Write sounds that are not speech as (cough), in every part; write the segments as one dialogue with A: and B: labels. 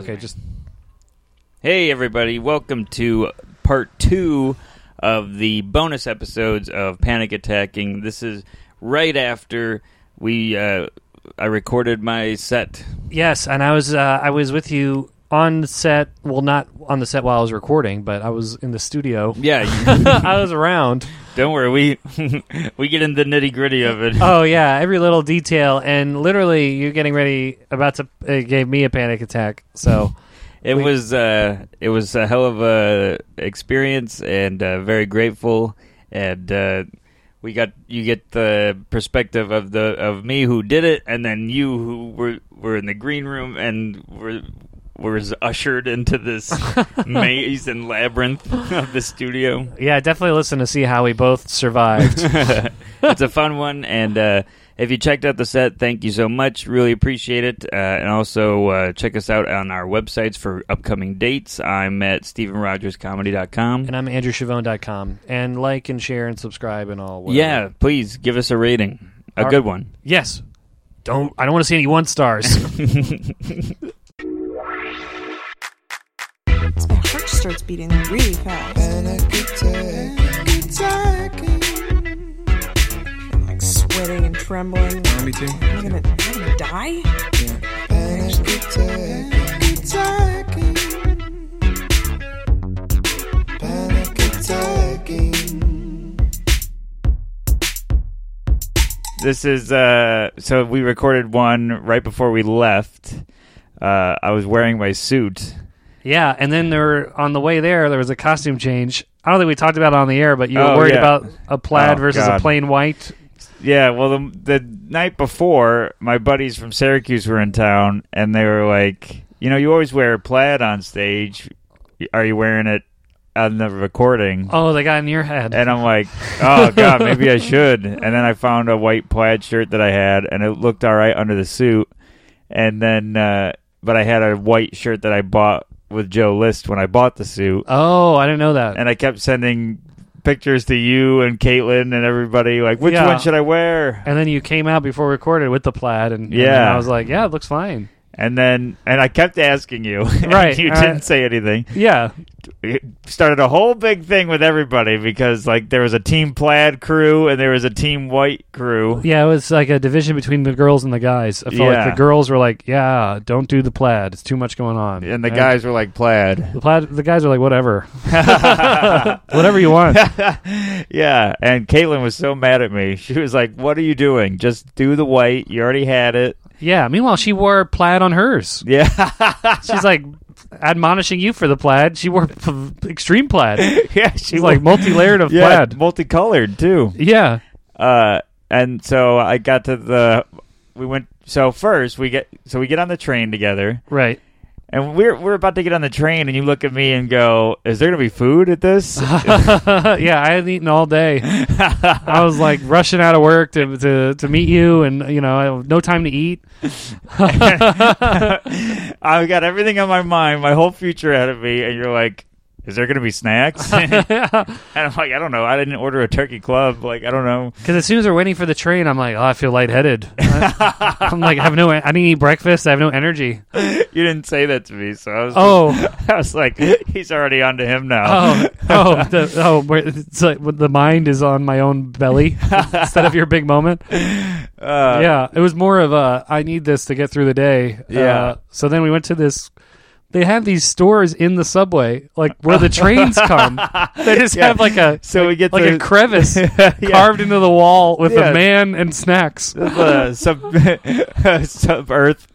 A: Okay, just
B: Hey, everybody. Welcome to part two of the bonus episodes of Panic Attacking. This is right after we uh, I recorded my set.
C: Yes, and I was uh, I was with you on set. Well, not on the set while I was recording, but I was in the studio.
B: Yeah, (laughs) you-
C: (laughs) I was around.
B: don't worry. We (laughs) we get in the nitty gritty of it.
C: Oh yeah, every little detail, and literally, you're getting ready, about to. It gave me a panic attack. So
B: It
C: we-
B: was uh, it was a hell of a experience, and uh, very grateful. And uh, we got you get the perspective of the of me who did it, and then you who were were in the green room and were was ushered into this maze and labyrinth of the studio.
C: yeah, definitely listen to see how we both survived.
B: (laughs) it's a fun one, and uh, if you checked out the set, thank you so much. Really appreciate it. Uh, and also uh, check us out on our websites for upcoming dates. I'm at StephenRogersComedy.com.
C: and I'm AndrewChavon.com, and like and share and subscribe and all. whatever.
B: Yeah, please give us a rating, a
C: Our-
B: good one.
C: Yes. Don't. I don't want to see any one stars. (laughs)
D: My heart starts beating really fast.
E: panic attack.
D: I'm like sweating and trembling. Am
E: Me too.
D: I gonna, am I gonna die?
E: Panic attack. Panic attacking.
B: This is uh, so we recorded one right before we left. Uh, I was wearing my suit.
C: Yeah, and then there were, on the way there, there was a costume change. I don't think we talked about it on the air, but you were
B: Oh,
C: worried
B: yeah.
C: about a plaid
B: Oh,
C: versus
B: God.
C: a plain white.
B: Yeah, well, the, the night before, my buddies from Syracuse were in town, and they were like, you know, you always wear plaid on stage. Are you wearing it on the recording?
C: Oh, they got in your head.
B: And I'm like, oh, God, maybe I should. And then I found a white plaid shirt that I had, and it looked all right under the suit. And then, uh, but I had a white shirt that I bought with Joe List when I bought the suit
C: oh, I didn't know that.
B: and I kept sending pictures to you and Caitlin and everybody like, which
C: Yeah.
B: one should I wear?
C: and then you came out before we recorded with the plaid, and, and
B: Yeah.
C: then I was like, yeah, it looks fine.
B: And then, and I kept asking you, (laughs) and
C: Right,
B: you
C: uh,
B: didn't say anything.
C: Yeah,
B: It started a whole big thing with everybody because like there was a team plaid crew and there was a team white crew.
C: yeah, it was like a division between the girls and the guys. I felt
B: Yeah.
C: like the girls were like, yeah, don't do the plaid. It's too much going on.
B: And the guys were like plaid.
C: the plaid, the guys are like,
B: (laughs)
C: whatever, (laughs) whatever you want.
B: yeah. And Caitlin was so mad at me. She was like, What are you doing? Just do the white. You already had it. (laughs)
C: yeah. Meanwhile, she wore plaid on hers.
B: Yeah. (laughs)
C: She's like admonishing you for the plaid. She wore p- extreme plaid.
B: yeah. She's,
C: She's like multi-layered of
B: (laughs) yeah,
C: plaid.
B: Multicolored too.
C: Yeah.
B: uh, and so I got to the we went so first we get so we get on the train together
C: Right. (laughs)
B: and we're we're about to get on the train and you look at me and go is there gonna be food at this (laughs)
C: yeah, I hadn't eaten all day. I was like rushing out of work to to, to meet you, and you know, I- no time to eat. (laughs)
B: I've got everything on my mind my whole future ahead of me and you're like is there gonna be snacks (laughs) and I'm like I don't know I didn't order a turkey club like I don't know
C: Because as soon as we're waiting for the train, I'm like, oh, I feel lightheaded. I, I'm like, I have no, e, I didn't eat breakfast. I have no energy.
B: you didn't say that to me so I was
C: Oh,
B: (laughs) I was like he's already onto him now
C: oh, oh, the, oh! where- It's like the mind is on my own belly instead of your big moment.
B: uh,
C: Oh. yeah, it was more of a I need this to get through the day.
B: Yeah.
C: Uh, so then we went to this. They have these stores in the subway, like where the
B: (laughs)
C: trains come. They just
B: Yeah.
C: have like a
B: so we get
C: like
B: (laughs) to,
C: a crevice
B: Yeah. (laughs)
C: carved into the wall with
B: Yeah.
C: a man and
B: (laughs)
C: snacks.
B: uh, sub sub earth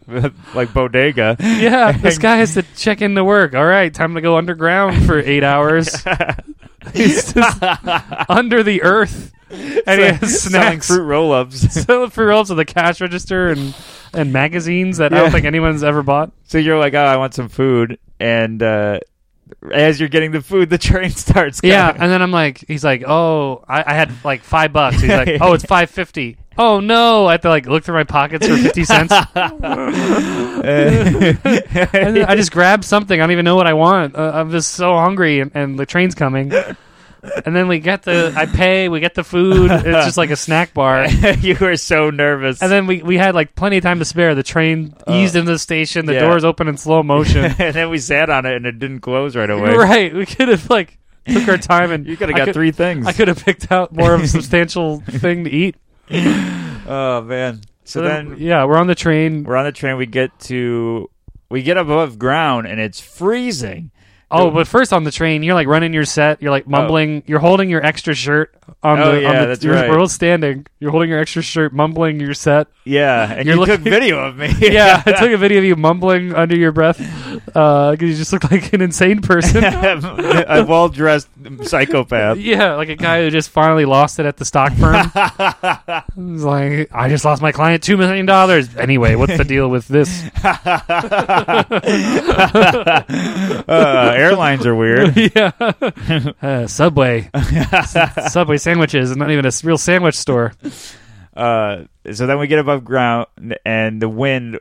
C: (laughs)
B: like bodega.
C: Yeah, this guy has to check into work. All right, time to go underground for eight hours.
B: (laughs)
C: (laughs) He's just under the earth, and he has
B: Selling
C: (laughs) snacks.
B: fruit roll-ups.
C: So for real, to the cash register and and magazines that I
B: Yeah.
C: don't think anyone's ever bought.
B: So you're like, oh, I want some food, and uh, as you're getting the food, the (laughs) train starts. Going.
C: Yeah, and then I'm like, he's like, oh, I, I had like five bucks. He's
B: (laughs)
C: like, oh, it's five fifty. Oh no, I have to like look through my pockets for fifty
B: (laughs)
C: cents. and then I just grab something. I don't even know what I want. Uh, I'm just so hungry, and, and the train's coming. and then we get the I pay, we get the food. It's just like a snack
B: (laughs)
C: bar.
B: you were so nervous.
C: And then we, we had like plenty of time to spare. The train eased into the station. The
B: Uh, yeah.
C: doors open in slow motion.
B: (laughs) (laughs) and then we sat on it and it didn't close right away.
C: right, we could have like took our time and
B: (laughs) You could have
C: I
B: got
C: could-
B: three things.
C: I could have picked out more of a
B: (laughs)
C: substantial thing to eat.
B: oh man. So then
C: yeah, we're on the train.
B: we're on the train. We get to we get above ground and it's freezing.
C: Oh, but first on the train, you're like running your set. You're like mumbling. You're holding your extra shirt on
B: Oh,
C: the.
B: yeah,
C: on the
B: that's
C: you're,
B: right.
C: We're all standing. You're holding your extra shirt, mumbling your
B: (laughs)
C: set. (laughs)
B: Yeah, and
C: You're
B: you took
C: looking-
B: video of me.
C: (laughs) Yeah, I took a video of you mumbling under your breath because you just look like an insane person.
B: (laughs) (laughs) a well dressed
C: (laughs)
B: psychopath.
C: yeah, like a guy who just finally lost it at the stock
B: (laughs)
C: firm. He's like, I just lost my client two million dollars. Anyway, what's the deal with this?
B: (laughs) Uh, airlines are weird.
C: yeah, (laughs) uh,
B: (laughs)
C: Subway, S- Subway sandwiches, and not even a s- real sandwich store.
B: Uh, so then we get above ground, and the wind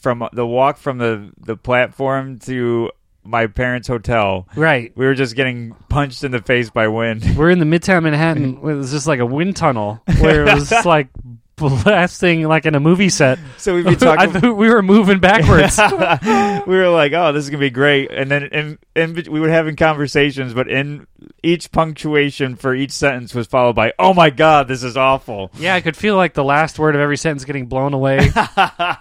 B: from the walk from the, the platform to my parents' hotel,
C: Right.
B: we were just getting punched in the face by wind. (laughs)
C: We're in the Midtown Manhattan. (laughs) It was just like a wind tunnel where it was just like (laughs) blasting like in a movie (laughs) set.
B: So we'd be
C: I
B: talking.
C: thought we were moving (laughs) backwards.
B: (laughs) we were like, "Oh, this is gonna be great," and then in, in, bet- we were having conversations, but in each punctuation for each sentence was followed by, "Oh my god, this is awful."
C: yeah, I could feel like the last word of every sentence getting blown away. (laughs)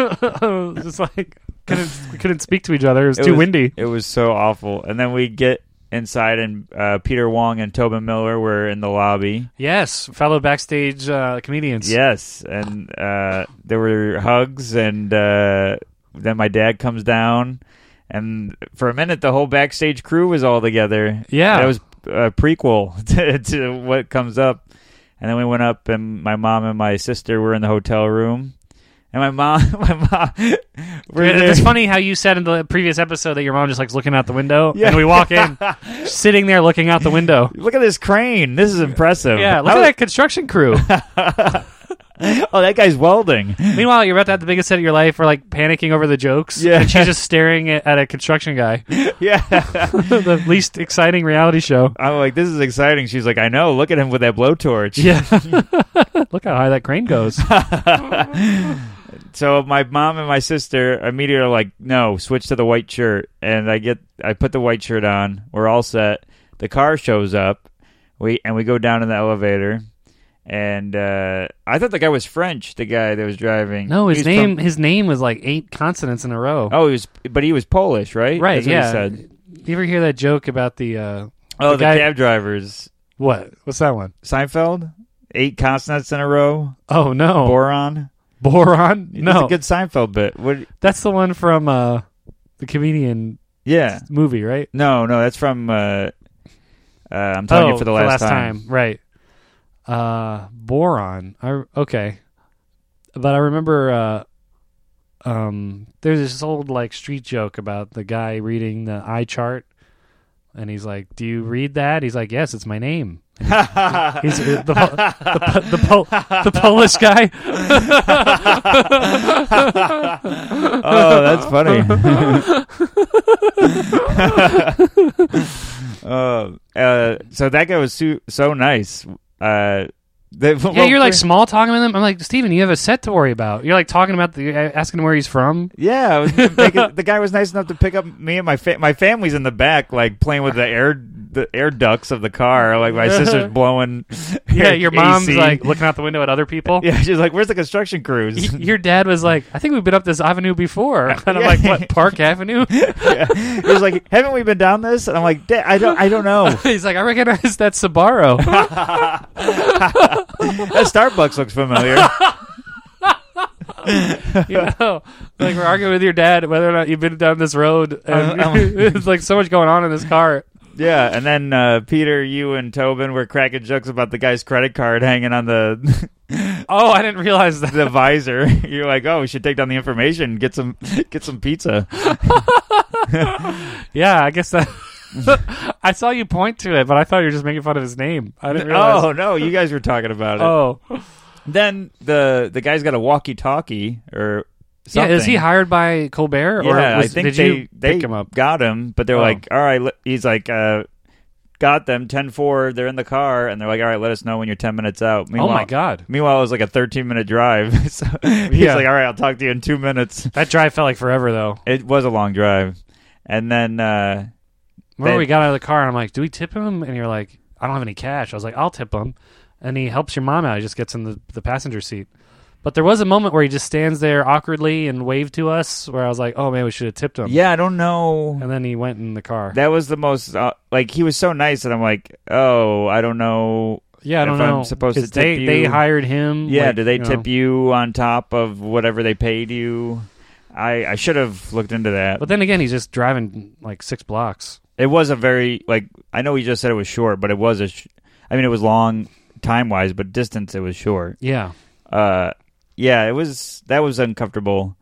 C: It was just like couldn't, we couldn't speak to each other. It was
B: It
C: too
B: was-
C: windy.
B: It was so awful. And then we get inside, and uh, Peter Wong and Tobin Miller were in the lobby.
C: Yes, fellow backstage uh, comedians.
B: Yes, and uh, there were hugs, and uh, then my dad comes down, and for a minute, the whole backstage crew was all together.
C: Yeah.
B: that was a prequel (laughs) to, to what comes up. And then we went up, and my mom and my sister were in the hotel room. And my mom, (laughs) my mom, we're
C: It-
B: there.
C: It's funny how you said in the previous episode that your mom just likes looking out the window,
B: Yeah.
C: and we walk in, (laughs) sitting there looking out the window.
B: Look at this crane. This is impressive.
C: Yeah, look
B: How-
C: at that construction crew.
B: (laughs) Oh, that
C: (laughs)
B: guy's welding.
C: Meanwhile, you're about to have the biggest set of your life. We're like panicking over the jokes,
B: Yeah.
C: and she's just staring at, at a construction
B: (laughs)
C: guy.
B: yeah.
C: the least exciting reality show.
B: I'm like, this is exciting. She's like, I know. Look at him with that blowtorch.
C: Yeah, (laughs) look how high that crane goes.
B: (laughs) So my mom and my sister immediately are like, no, switch to the white shirt. And I get, I put the white shirt on. We're all set. The car shows up. We and we go down in the elevator. And uh, I thought the guy was French. The guy that was driving.
C: No, his
B: He's
C: name
B: from-
C: his name was like eight consonants in a row.
B: oh, he was, but he was Polish, right?
C: right,
B: That's what he
C: yeah.
B: said.
C: You ever hear that joke about the uh,
B: Oh,
C: The
B: the,
C: guy-
B: cab drivers.
C: what? What's that one?
B: Seinfeld. Eight consonants in a row.
C: Oh no,
B: Boron.
C: boron.
B: It's
C: No,
B: a good Seinfeld bit. What?
C: that's the one from uh, the comedian
B: Yeah.
C: movie, right?
B: No, no, that's from. Uh, uh, I'm telling
C: Oh,
B: you for the last, time.
C: right? Uh, boron. I okay, but I remember. Uh, um, there's this old like street joke about the guy reading the eye chart, and he's like, "Do you read that?" He's like, "Yes, it's my
B: (laughs)
C: name." He's the, the, the, the, Pol- the Polish
B: (laughs)
C: guy.
B: Oh,
C: (laughs)
B: that's funny. uh, uh, so that guy was so, so nice. Uh, they,
C: Yeah, you're like small talking with him. I'm like, Steven, you have a set to worry about. You're like talking about the asking him where he's from.
B: Yeah, I
C: (laughs)
B: was making- the guy was nice enough to pick up me and my fa- my family's in the back, like playing with the air the air ducts of the car. Like
C: (laughs)
B: my sister's blowing. (laughs)
C: Yeah, your mom's
B: AC.
C: like looking out the window at other people.
B: yeah, she's like, "Where's the
C: (laughs)
B: construction
C: Y-
B: crews?"
C: Your dad was like, I think we've been up this avenue before. (laughs) And I'm like,
B: (laughs)
C: what, Park Avenue?
B: He was like, "Haven't we been down this?" And I'm like, "Dad, "I don't, I don't know. (laughs)
C: He's like, I recognize that Sabaro. (laughs)
B: That Starbucks looks familiar."
C: you know? Like, we're arguing with your dad whether or not you've been down this
B: (laughs)
C: road.
B: Oh,
C: And (laughs)
B: I'm- I'm-
C: it's like so much going on in this car.
B: yeah, and then uh, Peter, you and Tobin were cracking jokes about the guy's credit card hanging on the (laughs)
C: Oh, I didn't realize that. (laughs)
B: the visor. (laughs) You're like, "Oh, we should take down the information, get some (laughs) get some pizza."
C: Yeah, I guess that. (laughs) I saw you point to it, but I thought you were just making fun of his name. I didn't realize.
B: Oh no, you guys were talking about it.
C: Oh,
B: Then the the guy's got a walkie-talkie or something.
C: yeah. Is he hired by Colbert, (laughs) or
B: Yeah,
C: was,
B: I think
C: did
B: they
C: you
B: they
C: pick him up?
B: got him, but they're
C: Oh.
B: like, all right. le- He's like, uh, got them 10-4. They're in the car, and they're like, "All right, let us know when you're ten minutes out."
C: oh my god,
B: Meanwhile, it was like a 13 minute drive. (laughs) so he's
C: Yeah.
B: like, "All right, I'll talk to you in two minutes."
C: that drive felt like forever though.
B: It was a long drive, and then uh,
C: Remember,
B: They-
C: we got out of the car and I'm like, "Do we tip him?" And you're like, "I don't have any cash." I was like, "I'll tip him," and he helps your mom out. He just gets in the, the passenger seat. But there was a moment where he just stands there awkwardly and waved to us, where I was like, "Oh man, we should have tipped him."
B: yeah, I don't know.
C: And then he went in the car.
B: That was the most uh, like he was so nice, and I'm like, "Oh, I don't know."
C: yeah, I don't
B: if I'm
C: know.
B: supposed to
C: 'cause
B: tip
C: they
B: you-
C: they hired him.
B: Yeah,
C: like,
B: do they
C: you
B: tip
C: know.
B: you on top of whatever they paid you? I I should have looked into that.
C: But then again, he's just driving like six blocks.
B: it was a very like I know he just said it was short, but it was a. Sh- I mean, it was long time wise, but distance it was short.
C: Yeah,
B: uh yeah it was that was uncomfortable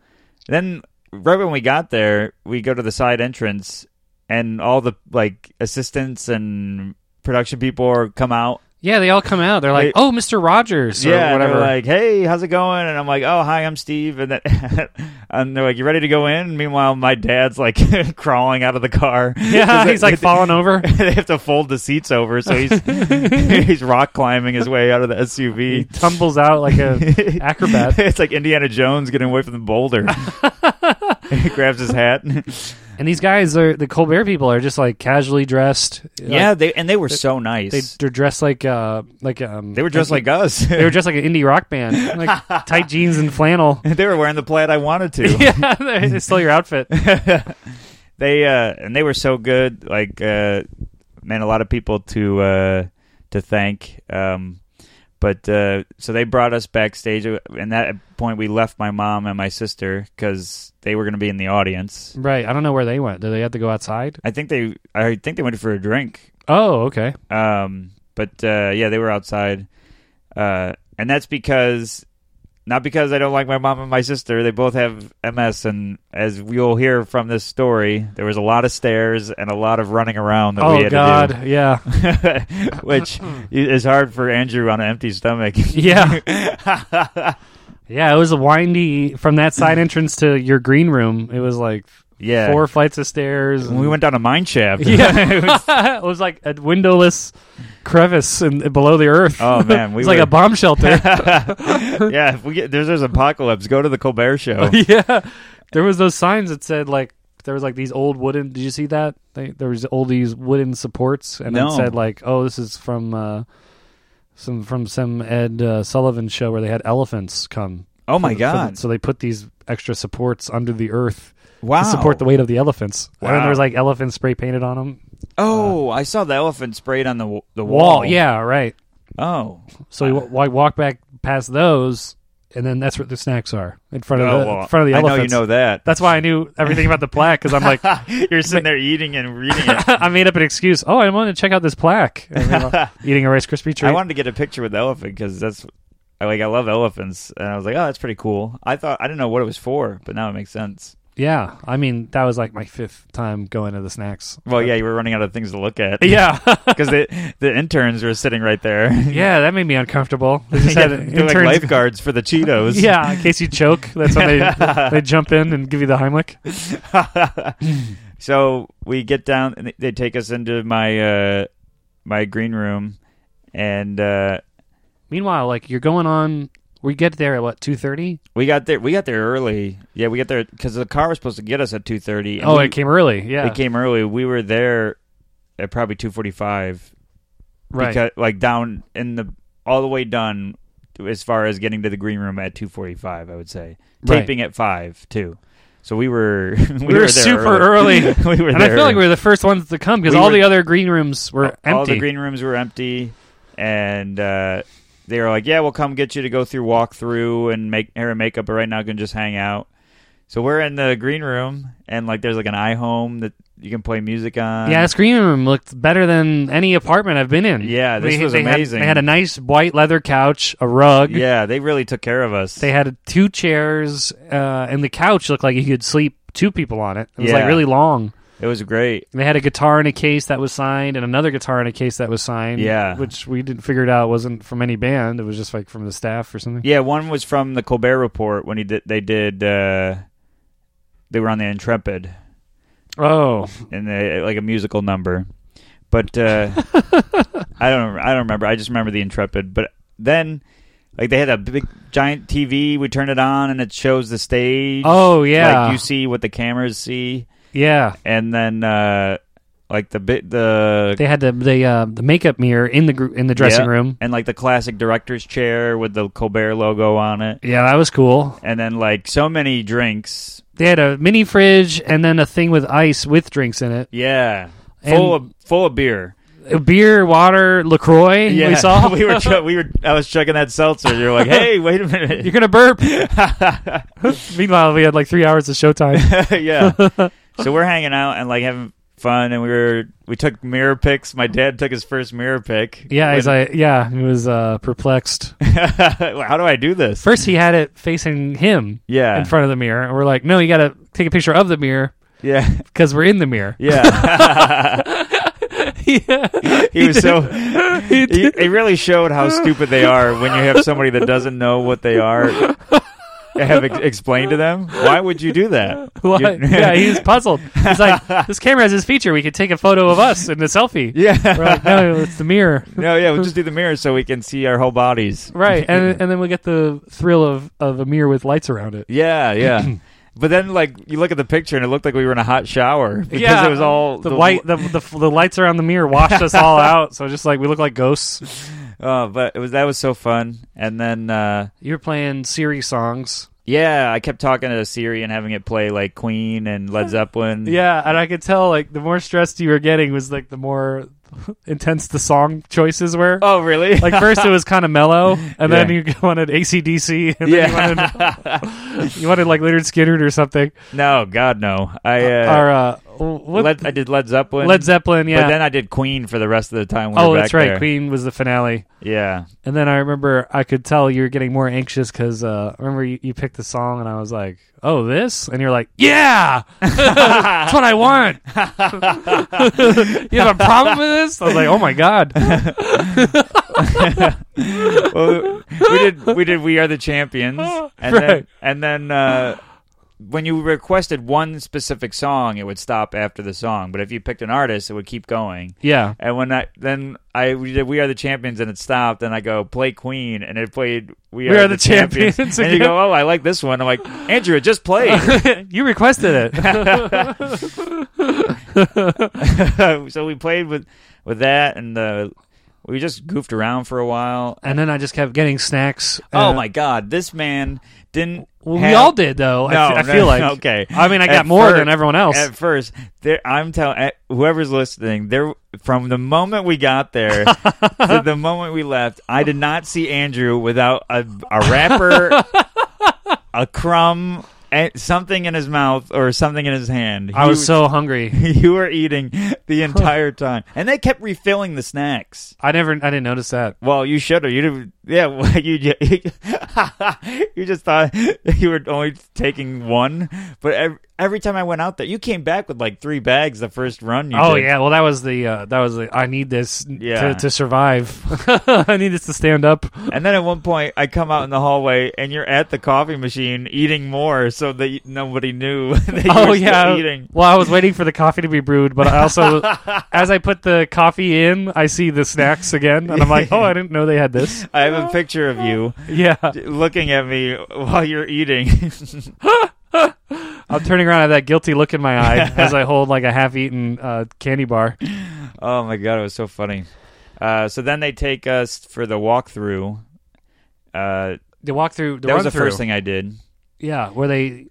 B: then right when we got there we go to the side entrance and all the like assistants and production people are come out
C: yeah, they all come out. They're like,
B: They-
C: "Oh, Mister Rogers," or
B: yeah and
C: whatever.
B: they're like hey how's it going and i'm like oh hi i'm steve and then (laughs) and they're like you ready to go in meanwhile my dad's like (laughs) crawling out of the car
C: (laughs)
B: (laughs)
C: yeah, he's like falling over.
B: they have to fold the seats over so he's (laughs) he's rock climbing his way out of the
C: He
B: suv
C: tumbles out like
B: (laughs)
C: a acrobat.
B: it's like Indiana Jones getting away from
C: (laughs)
B: the boulder. he grabs his hat.
C: And these guys are the Colbert people are just like casually dressed.
B: yeah,
C: Like,
B: they and they were so
C: they
B: nice. They,
C: they're dressed like uh like um
B: were dressed like us.
C: they were dressed like an indie rock
B: (laughs)
C: band, like tight jeans and flannel.
B: they were wearing the plaid I wanted
C: (laughs)
B: to.
C: yeah, it's still your outfit.
B: (laughs) They uh, and they were so good. Like uh, man, a lot of people to uh, to thank. Um, but uh, so they brought us backstage, uh, and at that point we left my mom and my sister because they were going to be in the audience.
C: Right. I don't know where they went. Did they have to go outside?
B: I think they, I think they went for a drink.
C: Oh, okay.
B: Um, but uh, yeah, they were outside, uh, and that's because not because I don't like my mom and my sister. They both have MS, and as we'll hear from this story, there was a lot of stairs and a lot of running around that we
C: Oh
B: had
C: God. (laughs) Yeah.
B: to do, (laughs) which is hard for Andrew on an empty stomach.
C: (laughs) Yeah.
B: (laughs)
C: Yeah, it was a windy from that side entrance to your green room. It was like
B: yeah,
C: four flights of stairs.
B: we
C: and-
B: went down a mine
C: (laughs)
B: shaft.
C: Yeah, it was, (laughs) it was like a windowless crevice in, below the earth.
B: (laughs)
C: (laughs)
B: Oh, man, we
C: it's like
B: were-
C: a bomb
B: (laughs)
C: shelter.
B: yeah, if we get there's there's apocalypse, go to the
C: (laughs)
B: Colbert show.
C: (laughs) yeah, there was those signs that said like there was like these old wooden. Did you see that? They, there was all these wooden supports, and
B: No.
C: it said like, "Oh, this is from uh, some from some Ed uh, Sullivan show where they had elephants come."
B: Oh my
C: For the- for the-
B: god!
C: so they put these extra supports under the earth
B: Wow.
C: to support the weight of the elephants. And
B: Wow.
C: then there was like elephant spray painted on them.
B: Oh, I saw the elephant sprayed on the w- the
C: Wall,
B: wall.
C: yeah, right.
B: Oh.
C: So you wa- walk back past those, and then that's where the snacks are in front of
B: Oh,
C: the
B: well,
C: in front of the
B: I
C: elephants.
B: know you know that. (laughs)
C: That's why I knew everything about the plaque because I'm like, (laughs)
B: You're sitting there eating and reading it.
C: I made up an excuse. Oh, I wanted to check out this plaque. I
B: (laughs)
C: mean, eating a Rice Krispie treat.
B: I wanted to get a picture with the elephant because that's I like I love elephants, and I was like, oh, that's pretty cool. I thought I didn't know what it was for, but now it makes sense.
C: yeah, I mean that was like my fifth time going to the snacks.
B: Well, yeah, you were running out of things to look
C: (laughs)
B: at. (laughs)
C: Yeah,
B: because the the interns were sitting right there.
C: (laughs) yeah, that made me uncomfortable.
B: (laughs)
C: They just
B: Yeah,
C: had
B: they're like
C: interns-
B: lifeguards for the Cheetos.
C: (laughs) Yeah, in case you choke, that's when
B: (laughs)
C: they they jump in and give you the Heimlich.
B: so we get down and they- they take us into my uh my green room and uh
C: Meanwhile, like you're going on, we get there at what two thirty?
B: we got there we got there early yeah we got there because the car was supposed to get us at 2.30
C: Oh, it came early. Yeah,
B: it came early we were there at probably 2.45
C: right.
B: because like down in the all the way done as far as getting to the green room at 2.45 i would say
C: Right.
B: taping at 5 too so we were (laughs)
C: we,
B: we,
C: were,
B: there
C: super early,
B: (laughs) we were
C: and I
B: there
C: feel like we were the first ones to come because
B: We
C: all
B: were-
C: the other green rooms were empty.
B: All the green rooms were empty, and uh, they were like, "Yeah, we'll come get you to go through walkthrough and make hair and makeup, but right now you can just hang out." So we're in the green room, and like there's like an iHome that you can play music on.
C: Yeah, this green room looked better than any apartment I've been in.
B: Yeah, this
C: They-
B: was
C: they had-
B: amazing.
C: they had a nice white leather couch, a rug.
B: yeah, they really took care of us.
C: They had two chairs, uh, and the couch looked like you could sleep two people on it. It was
B: Yeah.
C: like really long.
B: it was great.
C: And they had a guitar in a case that was signed, and another guitar in a case that was signed.
B: Yeah.
C: which we didn't figure it out wasn't from any band. It was just like from the staff or something.
B: Yeah, one was from the Colbert Report when he did. They did. Uh, they were on the Intrepid
C: Oh,
B: and they, like a musical number, But
C: (laughs)
B: uh, I don't. I don't remember. I just remember the Intrepid. But then, like they had a big giant TV. We turn it on, and it shows the stage.
C: Oh yeah,
B: like you see what the cameras see,
C: yeah.
B: and then uh, like the bit the
C: They had the the, uh, the makeup mirror in the gr- in the dressing
B: Yeah.
C: room.
B: and like the classic director's chair with the Colbert logo on it,
C: Yeah, that was cool.
B: and then like so many drinks.
C: They had a mini fridge and then a thing with ice with drinks in it.
B: Yeah, full of full of beer.
C: Uh, Beer, water, Lacroix.
B: Yeah,
C: We saw.
B: (laughs) we were ch- we were. I was checking that seltzer. You're like, hey, wait a
C: (laughs) You're
B: minute.
C: gonna
B: (laughs)
C: burp. Meanwhile, we had like three hours of showtime.
B: (laughs)
C: (laughs)
B: yeah. So we're hanging out and like having fun, and we were we took mirror pics. My dad took his first mirror pic.
C: Yeah, he's
B: (laughs) When-
C: like, yeah, he was uh, perplexed.
B: how do I do this?
C: First, he had it facing him
B: yeah,
C: in front of the mirror, and we're like, no, you gotta take a picture of the mirror (laughs)
B: yeah,
C: because we're in the
B: (laughs)
C: mirror. (laughs)
B: yeah.
C: yeah,
B: he was
C: did.
B: so.
C: He
B: He,
C: did.
B: he really showed how stupid they are when you have somebody that doesn't know what
C: (laughs)
B: they are. Have ex- explained to them why would you do that?
C: (laughs) Why-
B: (laughs) You-
C: yeah, he was puzzled. He's
B: (laughs)
C: like, this camera has this feature. We could take a photo of us in a selfie.
B: yeah.
C: (laughs) We're like, no, it's the mirror.
B: (laughs) No, yeah, we'll just do the mirror so we can see our whole bodies.
C: Right.
B: (laughs)
C: And, and then we get the thrill of, of a mirror with lights around it. (clears throat)
B: Yeah, yeah. but then, like, you look at the picture and it looked like we were in a hot shower (laughs) because it was all
C: the, white the, the the lights around the mirror washed us
B: (laughs)
C: all out so just like we look like ghosts
B: Oh, but it was that was so fun. And then, uh,
C: you were playing Siri songs
B: yeah, I kept talking to Siri and having it play like Queen and
C: (laughs)
B: Led Zeppelin.
C: yeah and I could tell like the more stressed you were getting was like the more (laughs) intense the song choices were
B: Oh, really?
C: (laughs) like first it was kind of mellow and then
B: Yeah.
C: you (laughs) wanted ACDC and then you wanted,
B: yeah. (laughs)
C: you wanted like Leonard Skinner or something
B: (laughs) no, God, no. I
C: or
B: uh,
C: uh what,
B: Led, I did Led Zeppelin.
C: Led Zeppelin yeah
B: But then I did Queen for the rest of the time. We
C: oh
B: were
C: that's
B: back
C: right
B: there.
C: Queen was the finale
B: Yeah.
C: And then I remember I could tell you were getting more anxious because uh, I remember you, you picked the song and I was like, "Oh, this," and you're like, "Yeah, (laughs) that's what I want." (laughs) you have a problem with this? I was like, "Oh my god!" (laughs)
B: well, we did we did we are the champions and
C: Right.
B: then and then uh when you requested one specific song it would stop after the song but if you picked an artist it would keep going (laughs)
C: Yeah,
B: and when I then I we did We Are the Champions and it stopped and I go play Queen and it played We,
C: Are the Champions
B: and you
C: again.
B: go oh I like this one I'm like Andrew it just
C: (laughs)
B: played (laughs)
C: you requested it.
B: so we played with with that and uh we just goofed around for a while
C: (laughs) and then I just kept getting snacks.
B: oh
C: uh,
B: my god this man didn't
C: Well, we
B: have-
C: all did though. (laughs) I,
B: No,
C: fe- I
B: no,
C: feel like
B: (laughs) okay.
C: I mean, I got
B: At
C: more
B: first-
C: than everyone else.
B: At first, there, I'm telling whoever's listening, there from the moment we got
C: (laughs)
B: there to the moment we left, I did not see Andrew without a, a
C: (laughs)
B: wrapper, a crumb, and something in his mouth or something in his hand.
C: I
B: He
C: was so hungry.
B: (laughs) you were eating the entire time, and they kept refilling the snacks.
C: I never, I didn't notice that.
B: Well, you should have. You didn't. Yeah, (laughs) well, you ju- you just thought (laughs) you were only taking one, but every, every time I went out there, you came back with like three bags the first run. You
C: Oh
B: did.
C: yeah, well that was the uh, that was the I need this
B: Yeah.
C: to, to survive. (laughs) I need this to stand up.
B: And then at one point, I come out in the hallway, and you're at the coffee machine eating more, so that nobody knew (laughs) that you
C: oh
B: were
C: yeah.
B: still eating.
C: Well, I was waiting for the coffee to be brewed, but I
B: (laughs)
C: also as I put the coffee in, I see the snacks again, and I'm like, oh, I didn't know they had
B: (laughs)
C: this.
B: I have a picture of you
C: Yeah,
B: looking at me (laughs) while you're eating. (laughs)
C: I'm turning around at that guilty look in my
B: (laughs)
C: eye as I hold like a half-eaten uh, candy bar.
B: oh my god, it was so funny. Uh, so then they take us for the walkthrough. Uh,
C: The walk through. The
B: that was the
C: run-through.
B: first thing I did.
C: Yeah, where they,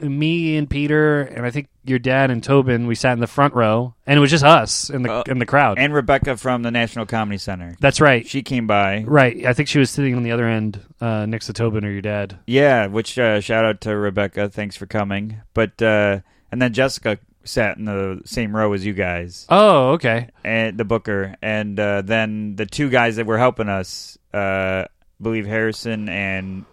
C: me and Peter, and I think your dad and Tobin, we sat in the front row, and it was just us in the
B: Uh,
C: in the crowd.
B: and Rebecca from the National Comedy Center.
C: That's right.
B: She came by.
C: Right. I think she was sitting on the other end uh, next to Tobin or your dad.
B: Yeah, which uh, shout out to Rebecca. Thanks for coming. But uh, and then Jessica sat in the same row as you guys
C: Oh, okay.
B: and the Booker, and uh, then the two guys that were helping us, uh, I believe Harrison and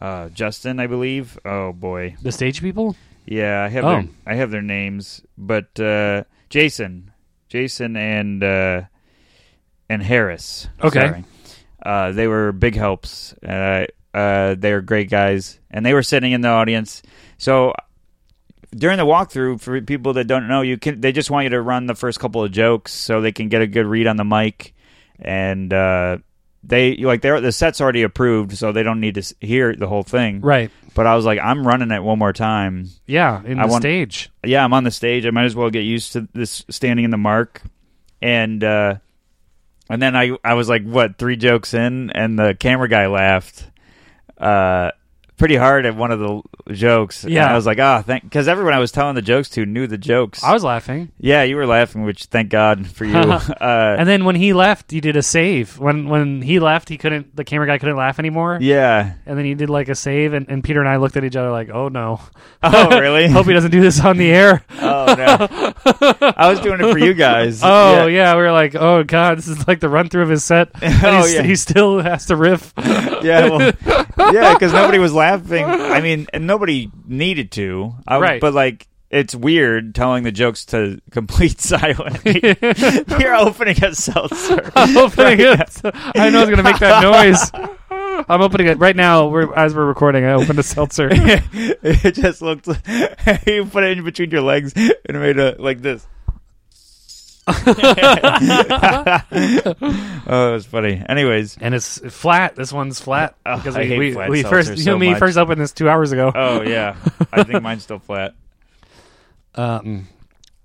B: uh, Justin. I believe. Oh boy,
C: The stage people?
B: yeah, I have
C: Oh.
B: their, I have their names, but uh, Jason, Jason and uh, and Harris.
C: Okay.
B: Sorry. Uh, they were big helps. Uh, uh, they were great guys, and they were sitting in the audience. So during the walkthrough for people that don't know, you can they just want you to run the first couple of jokes so they can get a good read on the mic, and uh, they like they the set's already approved, so they don't need to s- hear the whole thing.
C: Right.
B: But I was like, I'm running it one more time.
C: Yeah. In
B: I
C: the
B: want-
C: stage.
B: Yeah, I'm on the stage. I might as well get used to this standing in the mark, and uh, and then I I was like, what three jokes in, and the camera guy laughed. Uh, pretty hard at one of the jokes. And
C: Yeah.
B: I was like, ah, thank, because everyone I was telling the jokes to knew the jokes.
C: I was laughing.
B: Yeah, you were laughing, which thank God
C: (laughs)
B: for you. uh,
C: And then when he left, he did a save. When when he left, he couldn't. The camera guy couldn't laugh anymore.
B: yeah.
C: And then he did like a save, and, and Peter and I looked at each other like, "Oh no,
B: (laughs)
C: (laughs)
B: Oh, really?
C: hope he doesn't do this on the
B: (laughs)
C: air."
B: oh
C: (laughs)
B: no. I was doing it for you guys.
C: Oh yeah. we were like, "Oh god, this is like the run through of his set." And
B: (laughs) Oh,
C: he's-
B: yeah.
C: he still has to
B: (laughs)
C: riff. (laughs) Oh,
B: yeah, well, yeah, because nobody was laughing. I mean, and nobody needed to. I, w-
C: Right.
B: But like, it's weird telling the jokes to complete (laughs) silence. You're opening a seltzer.
C: I'm opening it. I know it's gonna make that noise.
B: (laughs)
C: I'm opening it right now. We're, as we're recording, I opened a seltzer.
B: (laughs) it just looked. (laughs) you put it in between your legs and it made a like this. (laughs) oh, it's funny. Anyways,
C: and it's flat. This one's flat
B: Oh,
C: because
B: I
C: we
B: hate
C: we,
B: flat
C: we
B: seltzers
C: first you
B: so
C: and me
B: much.
C: first opened this two hours ago.
B: oh yeah, I think mine's still flat.
C: Um,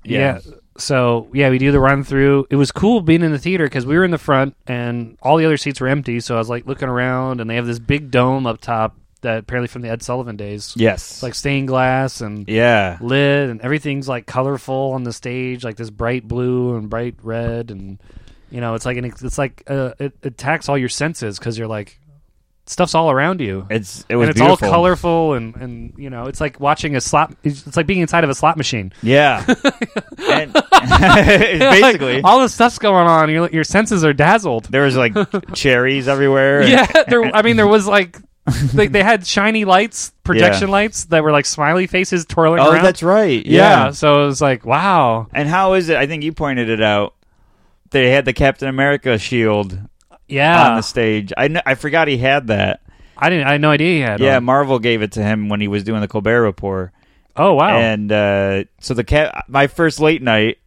C: yeah.
B: Mm. Yeah.
C: So yeah, we do the run through. It was cool being in the theater because we were in the front and all the other seats were empty. So I was like looking around, and they have this big dome up top that apparently from the Ed Sullivan days.
B: Yes.
C: It's like stained glass and
B: yeah.
C: lit, and everything's like colorful on the stage, like this bright blue and bright red, and you know, it's like an, it's like uh, it it attacks all your senses because you're like stuff's all around you.
B: It's it was
C: and it's
B: beautiful.
C: all colorful and, and you know it's like watching a slot it's it's like being inside of a slot machine
B: Yeah.
C: (laughs)
B: and, basically,
C: Like, all this stuff's going on your, your senses are dazzled
B: there was like cherries everywhere.
C: (laughs) yeah there, i mean there was (laughs) like they, they had shiny lights projection
B: Yeah.
C: lights that were like smiley faces twirling
B: Oh,
C: around
B: that's right.
C: yeah.
B: Yeah.
C: so it was like wow
B: And how is it? I think you pointed it out. They had the Captain America shield on
C: yeah
B: the stage. I kn- I forgot he had that.
C: i didn't i had no idea he had
B: Yeah,
C: one.
B: Marvel gave it to him when he was doing the Colbert Report.
C: oh wow
B: And uh, so the cap- my first late night,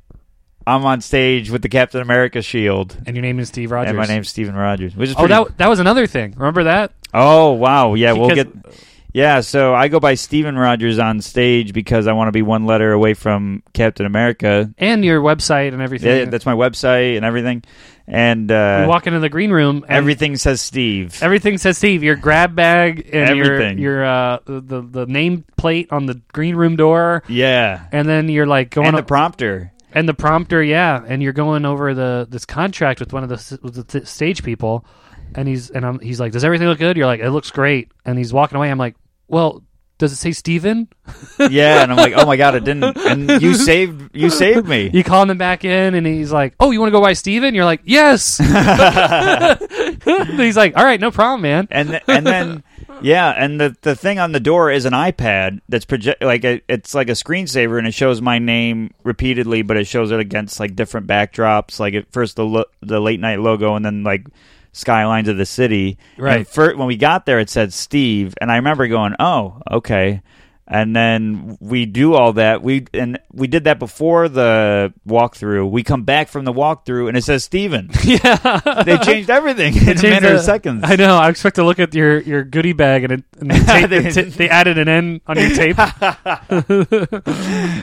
B: I'm on stage with the Captain America shield,
C: and your name is steve rogers
B: and my name's Stephen Rogers. Which is
C: oh
B: pretty-
C: that that was another thing remember that
B: Oh wow, yeah, we'll
C: Because-
B: get. Yeah, so I go by Steven Rogers on stage because I want to be one letter away from Captain America.
C: and your website and everything
B: Yeah, that's my website and everything, and
C: you
B: uh,
C: walk into the green room and
B: everything says Steve.
C: Everything says Steve. Your grab bag and
B: Everything.
C: your your uh, the the name plate on the green room door,
B: yeah,
C: and then you're like going
B: and the
C: up-
B: prompter.
C: and the prompter, yeah, and you're going over the this contract with one of the, s- with the t- stage people, and he's and I'm he's like, does everything look good? You're like, it looks great, and he's walking away. I'm like, well, does it say Steven?
B: Yeah, and I'm like, oh my god, it didn't. And you saved, you saved me.
C: You calling him back in, and he's like, oh, you want to go by Steven? You're like,
B: (laughs)
C: yes. (laughs) he's like, all right, no problem, man.
B: (laughs) And th- and then yeah, and the the thing on the door is an iPad that's project like a, it's like a screensaver and it shows my name repeatedly, but it shows it against like different backdrops. Like at first the lo- the late night logo, and then like skylines of the city.
C: Right.
B: And fir- when we got there, it said Steve, and I remember going, "Oh, okay." And then we do all that. We and we did that before the walkthrough. We come back from the walkthrough, and it says Steven.
C: (laughs) Yeah.
B: they changed everything in a
C: Change
B: matter of
C: the-
B: seconds.
C: I know. I expect to look at your, your goodie bag and, it, and
B: (laughs)
C: they, tape, they, ta- they added an N on your tape.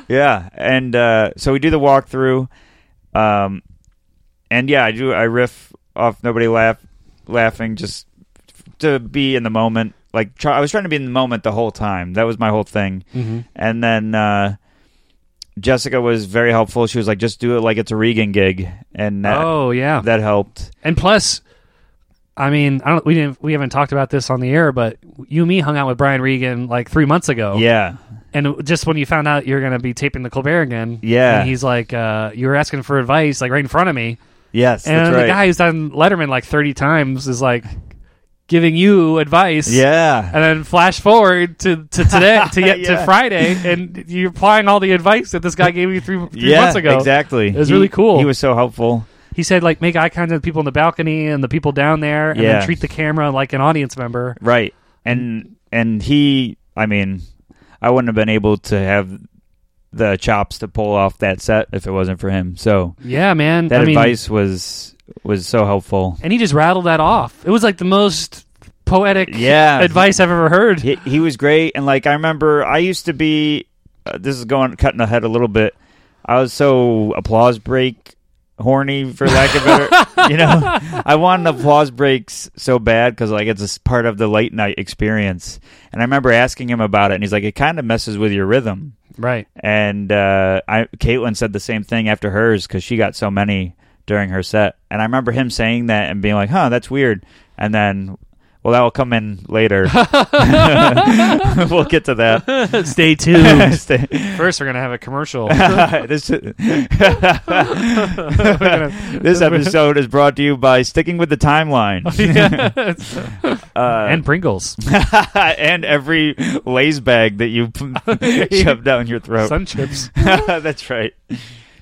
B: Yeah, and uh, so we do the walkthrough, um, and yeah, I do. I riff off nobody laugh, laughing just to be in the moment. Like try, I was trying to be in the moment the whole time. That was my whole thing.
C: Mm-hmm.
B: And then uh, Jessica was very helpful. She was like, "Just do it like it's a Regan gig," and that,
C: Oh yeah.
B: that helped.
C: And plus, I mean, I don't. We didn't. We haven't talked about this on the air, but you and me hung out with Brian Regan like three months ago.
B: Yeah,
C: And just when you found out you're going to be taping the Colbert again.
B: Yeah.
C: And he's like, uh, you were asking for advice like right in front of me,
B: yes,
C: and
B: that's
C: the
B: right.
C: guy who's done Letterman like thirty times is like giving you advice.
B: yeah,
C: and then flash forward to, to today
B: (laughs)
C: to get to
B: Yeah.
C: Friday, and you're applying all the advice that this guy gave you three, three
B: yeah,
C: months ago.
B: exactly.
C: It was
B: He-
C: really cool.
B: He was so helpful.
C: He said like make eye contact with people in the balcony and the people down there, and
B: Yeah.
C: then treat the camera like an audience member. Mm.
B: Right. And and he I mean, I wouldn't have been able to have the chops to pull off that set if it wasn't for him. So
C: Yeah, man.
B: that
C: I mean,
B: advice was was so helpful.
C: and he just rattled that off. It was like the most poetic
B: Yeah.
C: advice I've ever heard.
B: He, he was great, and like I remember, I used to be. Uh, this is going cutting ahead a little bit. I was so applause break horny, for lack
C: (laughs)
B: of better. you know, I wanted applause breaks so bad because like it's a s- part of the late night experience. And I remember asking him about it, and he's like, "It kind of messes with your rhythm."
C: (laughs) Right.
B: And uh, I, Caitlin said the same thing after hers because she got so many during her set. And I remember him saying that and being like, huh, that's weird. And then, well, that will come in later. (laughs) (laughs) we'll get to that.
C: (laughs) Stay tuned.
B: Stay-
C: First, we're gonna have a commercial. (laughs)
B: (laughs) this, (laughs) this episode is brought to you by Sticking with
C: (laughs)
B: the Timeline
C: Yes.
B: (laughs) uh, (laughs)
C: and Pringles,
B: and every Lay's bag that you (laughs) shove down your throat.
C: sun chips.
B: (laughs) that's right.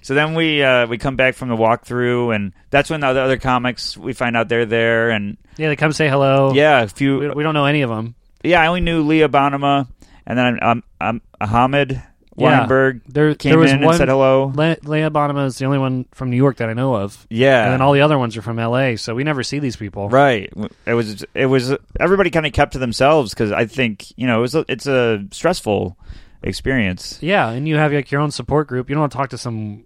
B: So then we uh, we come back from the walkthrough, and that's when the other, other comics we find out they're there, and
C: Yeah, they come say hello.
B: yeah,
C: Oh.
B: a
C: We,
B: few.
C: we don't know any of them.
B: Yeah, I only knew Leah Bonema, and then um, um, Ahmed
C: Yeah.
B: Weinberg
C: There,
B: came
C: there was
B: in
C: one.
B: and said hello.
C: Le- Leia Bonema is the only one from New York that I know of,
B: Yeah,
C: and then all the other ones are from L.A. So we never see these people.
B: right. It was it was everybody kind of kept to themselves because I think you know it was a, it's a stressful experience.
C: Yeah, and you have like your own support group. You don't want to talk to some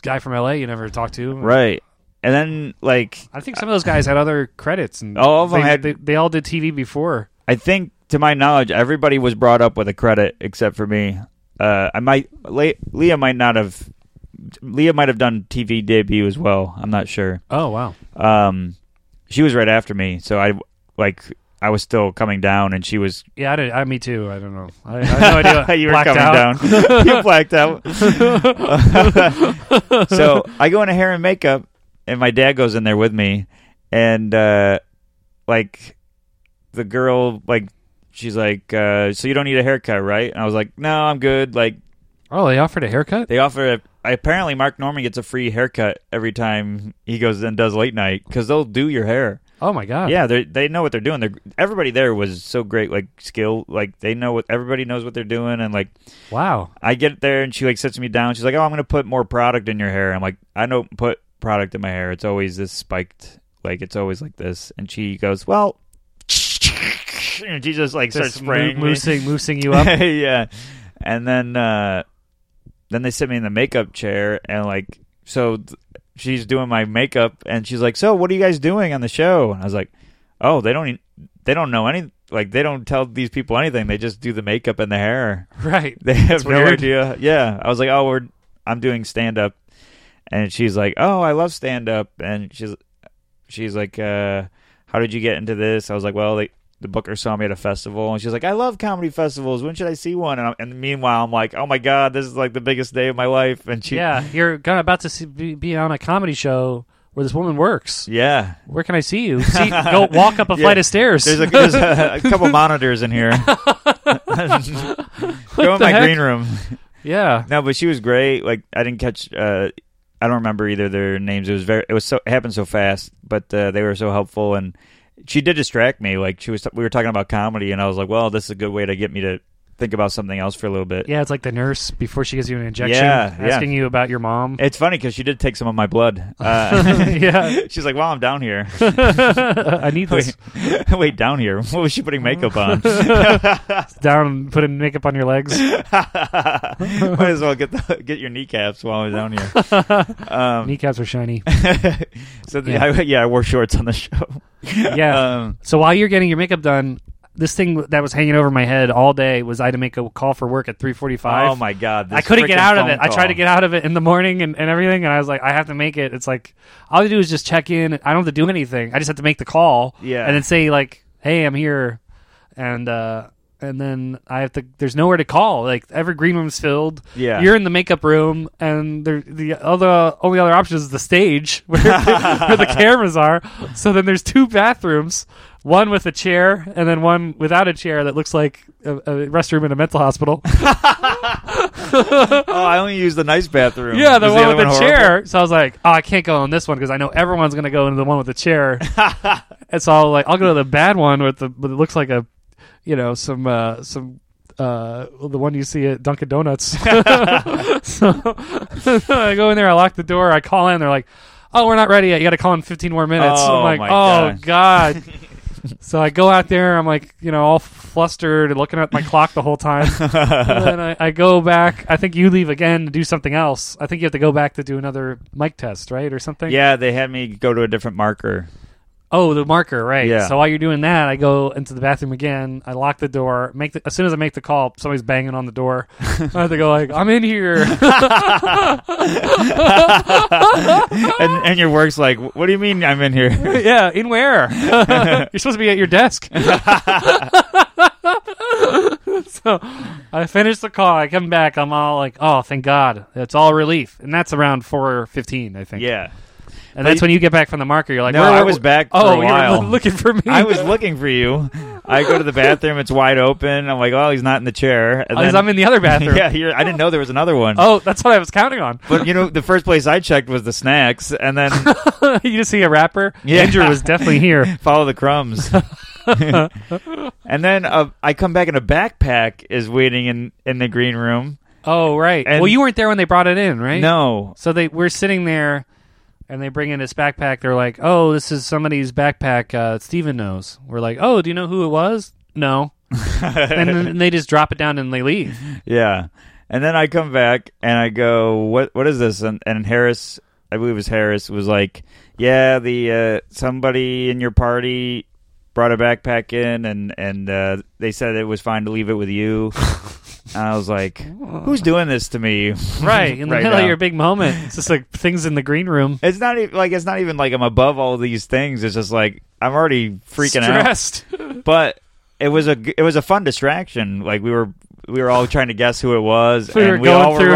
C: guy from L.A. you never talked to.
B: Right, and then like
C: I think some of those guys had other credits, and
B: All of them
C: they,
B: had-
C: They, they all did TV before.
B: I think, to my knowledge, everybody was brought up with a credit except for me. Uh, I might Le- Leah might not have Leah might have done TV debut as well. I'm not sure.
C: Oh wow.
B: Um, she was right after me, so I like I was still coming down, and she was.
C: Yeah, I did. I, me too. I don't know. I, I have no (laughs) idea.
B: (laughs) you were
C: Blacked
B: coming
C: out.
B: down. (laughs) you
C: (laughs)
B: blacked out. so I go into hair and makeup, and my dad goes in there with me, and uh, like the girl, like she's like, uh, "So you don't need a haircut, right?" And I was like, "No, I'm good." Like
C: Oh, they offered a haircut.
B: they offer. A, apparently, Mark Norman gets a free haircut every time he goes and does late night because they'll do your hair.
C: Oh my god.
B: Yeah, they they know what they're doing. They're, everybody there was so great, like skill, like they know what everybody knows what they're doing, and like
C: Wow.
B: I get there and she like sits me down. She's like, "Oh, I'm gonna put more product in your hair." I'm like, "I don't put product in my hair. It's always this spiked. Like it's always like this." And she goes, "Well," (laughs) and she just like starts
C: Just mo-
B: spraying me. (laughs)
C: moosing, moosing you up. (laughs)
B: yeah, and then uh, then they sit me in the makeup chair and like so th- she's doing my makeup and she's like, "So what are you guys doing on the show?" And I was like, "Oh, they don't e- they don't know any." Like they don't tell these people anything; they just do the makeup and the hair.
C: right.
B: They have no
C: weird.
B: idea. Yeah, I was like, "Oh, we're I'm doing stand up," and she's like, "Oh, I love stand up," and she's she's like, uh, "How did you get into this?" I was like, "Well, they, the booker saw me at a festival," and she's like, "I love comedy festivals. When should I see one?" And, I'm, and meanwhile, I'm like, "Oh my god, this is like the biggest day of my life," and she,
C: Yeah, you're gonna about to see, be, be on a comedy show where this woman works.
B: yeah.
C: Where can I see you? See, go walk up a
B: (laughs) Yeah.
C: flight of stairs. (laughs)
B: There's a, there's a, a couple monitors in here. Go in
C: the
B: my
C: heck?
B: green room.
C: yeah.
B: No, but she was great. Like I didn't catch. Uh, I don't remember either their names. It was very. It was so it happened so fast, but uh, they were so helpful, and she did distract me. Like she was. We were talking about comedy, and I was like, "Well, this is a good way to get me to think about something else for a little bit."
C: Yeah, it's like the nurse before she gives you an injection,
B: Yeah, yeah.
C: asking you about your
B: (laughs)
C: mom.
B: It's funny because she did take some of
C: (laughs)
B: my blood. Uh, (laughs)
C: Yeah. (laughs)
B: she's like, "Well, I'm down here." (laughs)
C: I need this
B: Wait, (laughs) wait, down here. What was she putting
C: (laughs)
B: makeup on? (laughs)
C: down, putting makeup on your legs.
B: Might as well get the, get your kneecaps while I was down here.
C: (laughs)
B: Um,
C: Kneecaps are shiny.
B: (laughs) so the,
C: Yeah.
B: I, yeah, I wore shorts on the show.
C: (laughs) Yeah.
B: Um,
C: so while you're getting your makeup done, this thing that was hanging over my head all day was I had to make a call for work at 3:45.
B: oh my god! This
C: I couldn't get
B: freaking
C: out of it.
B: phone
C: I tried to
B: call.
C: get out of it in the morning and, and everything, and I was like, I have to make it. It's like all I do is just check in. I don't have to do anything. I just have to make the call.
B: Yeah.
C: And then say like, Hey, I'm here, and uh, and then I have to. There's nowhere to call. Like every green room's filled.
B: Yeah.
C: You're in the makeup room, and there, the other only other option is the stage (laughs) where, where the cameras are. So then there's two bathrooms. One with a chair, and then one without a chair that looks like a, a restroom in a mental hospital.
B: (gasps) Oh, I only used the nice bathroom.
C: Yeah, the
B: Was
C: one
B: other
C: with the
B: horrible?
C: chair. So I was like, oh, I can't go on this one because I know everyone's gonna go into the one with the
B: (laughs)
C: chair. and so I was like, I'll go to the bad one with the but it looks like a, you know, some uh, some uh, the one you see at Dunkin' Donuts. (laughs)
B: (laughs)
C: so I go in there, I lock the door, I call in. They're like, "Oh, we're not ready yet. You got to call in 15 more minutes."
B: Oh,
C: I'm like,
B: my
C: "Oh
B: (laughs)
C: God." so I go out there. I'm like, you know, all flustered, and looking at my clock the whole time. and then I, I go back. I think you leave again to do something else. I think you have to go back to do another mic test, right, or something.
B: Yeah, they had me go to a different marker.
C: Oh, the marker, right.
B: Yeah.
C: So while you're doing that, I go into the bathroom again. I lock the door. Make the, as soon as I make the call, somebody's banging on the
B: (laughs)
C: door. I have to go like, I'm in here. (laughs)
B: and, and your work's like, what do you mean I'm in here? (laughs)
C: yeah, in where? (laughs) you're supposed to be at your desk. (laughs) so I finish the call. I come back. I'm all like, oh, thank God. It's all relief. And that's around 4.15, I think.
B: yeah.
C: And that's when you get back from the marker. You're like,
B: No,
C: where-
B: I
C: where-
B: was back for
C: oh,
B: a
C: you were
B: while.
C: loo- looking for me. (laughs)
B: I was looking for you. I go to the bathroom. It's wide open. I'm like, oh, he's not in the chair. And
C: Because I'm Oh, in the other (laughs) bathroom.
B: (laughs) yeah, you're, I didn't know there was another one.
C: Oh, that's what I was counting on.
B: But, you know, the first place I checked was the snacks and then
C: (laughs) you just see a rapper.
B: Yeah.
C: Andrew (laughs) was definitely here.
B: follow
C: (laughs)
B: the crumbs. (laughs) and then uh, I come back and a backpack is waiting in, in the green room.
C: Oh, right.
B: And-
C: well, you weren't there when they brought it in, right?
B: No.
C: So they we're sitting there, and they bring in this backpack. They're like, "Oh, this is somebody's backpack. Uh, Steven knows." We're like, "Oh, do you know who it was?" (laughs) No. and then they just drop it down and they leave.
B: Yeah. And then I come back and I go, "What what is this?" And, and Harris, I believe it was Harris was like, "Yeah, the uh, somebody in your party brought a backpack in and and uh, they said it was fine to leave it
C: (laughs)
B: with you." and I was like, "Who's doing this to me?" (laughs)
C: (laughs) Right in the
B: Right
C: middle
B: now.
C: of your big moment, it's just like things in the green room.
B: It's not even like it's not even like I'm above all these things. It's just like I'm already freaking
C: (laughs)
B: out.
C: stressed.
B: But it was a g- it was a fun distraction. Like we were we were all trying to guess who it was,
C: We were
B: and we
C: going
B: all
C: through-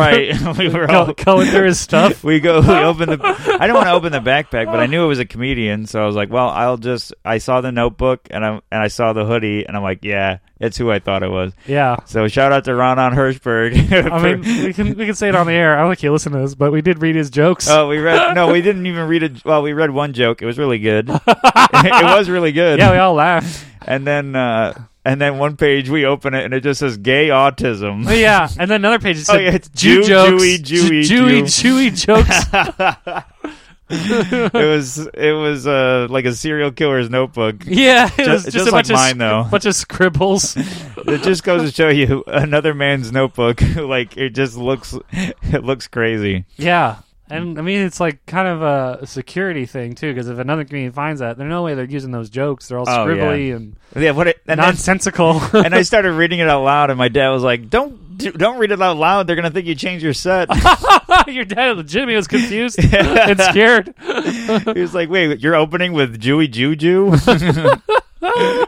C: (laughs)
B: were right. (laughs) we were all
C: Go- going through his stuff.
B: (laughs) we go we open the i don't want to open the backpack but i knew it was a comedian so i was like well i'll just i saw the notebook and i and i saw the hoodie and i'm like yeah it's who i thought it was
C: Yeah.
B: so shout out to ron on hirschberg (laughs)
C: I mean, we can we can say it on the air. I don't think you listen to this, but we did read his jokes.
B: oh we read no we didn't even read it well we read one joke it was really good (laughs) it was really
C: (laughs)
B: good
C: yeah, we all laughed.
B: and then uh and then one page we open it and it just says gay autism
C: Oh,
B: (laughs)
C: yeah, and then another page it
B: Oh,
C: said
B: yeah, it's
C: Jew,
B: Jew,
C: jokes,
B: Jewy, Jewy,
C: Jewy, Jewy
B: (laughs)
C: jokes.
B: it was it was uh like a serial killer's (laughs) notebook
C: yeah, it was just,
B: just
C: a
B: like
C: bunch of
B: mine,
C: sc-
B: though.
C: bunch of scribbles.
B: it just goes to show you another man's notebook (laughs) like it just looks it looks crazy
C: yeah, and I mean it's like kind of a security thing too, because if another comedian finds that, there's no way they're using those jokes. They're all
B: Oh,
C: scribbly
B: yeah.
C: and,
B: yeah what it, and, then, (laughs)
C: nonsensical.
B: and i started reading it out loud and my dad was like don't do, don't read it out loud they're gonna think you changed your set
C: (laughs) Your dad legitimately was
B: (laughs)
C: confused and scared. (laughs)
B: he was like wait you're opening with jewy juju (laughs)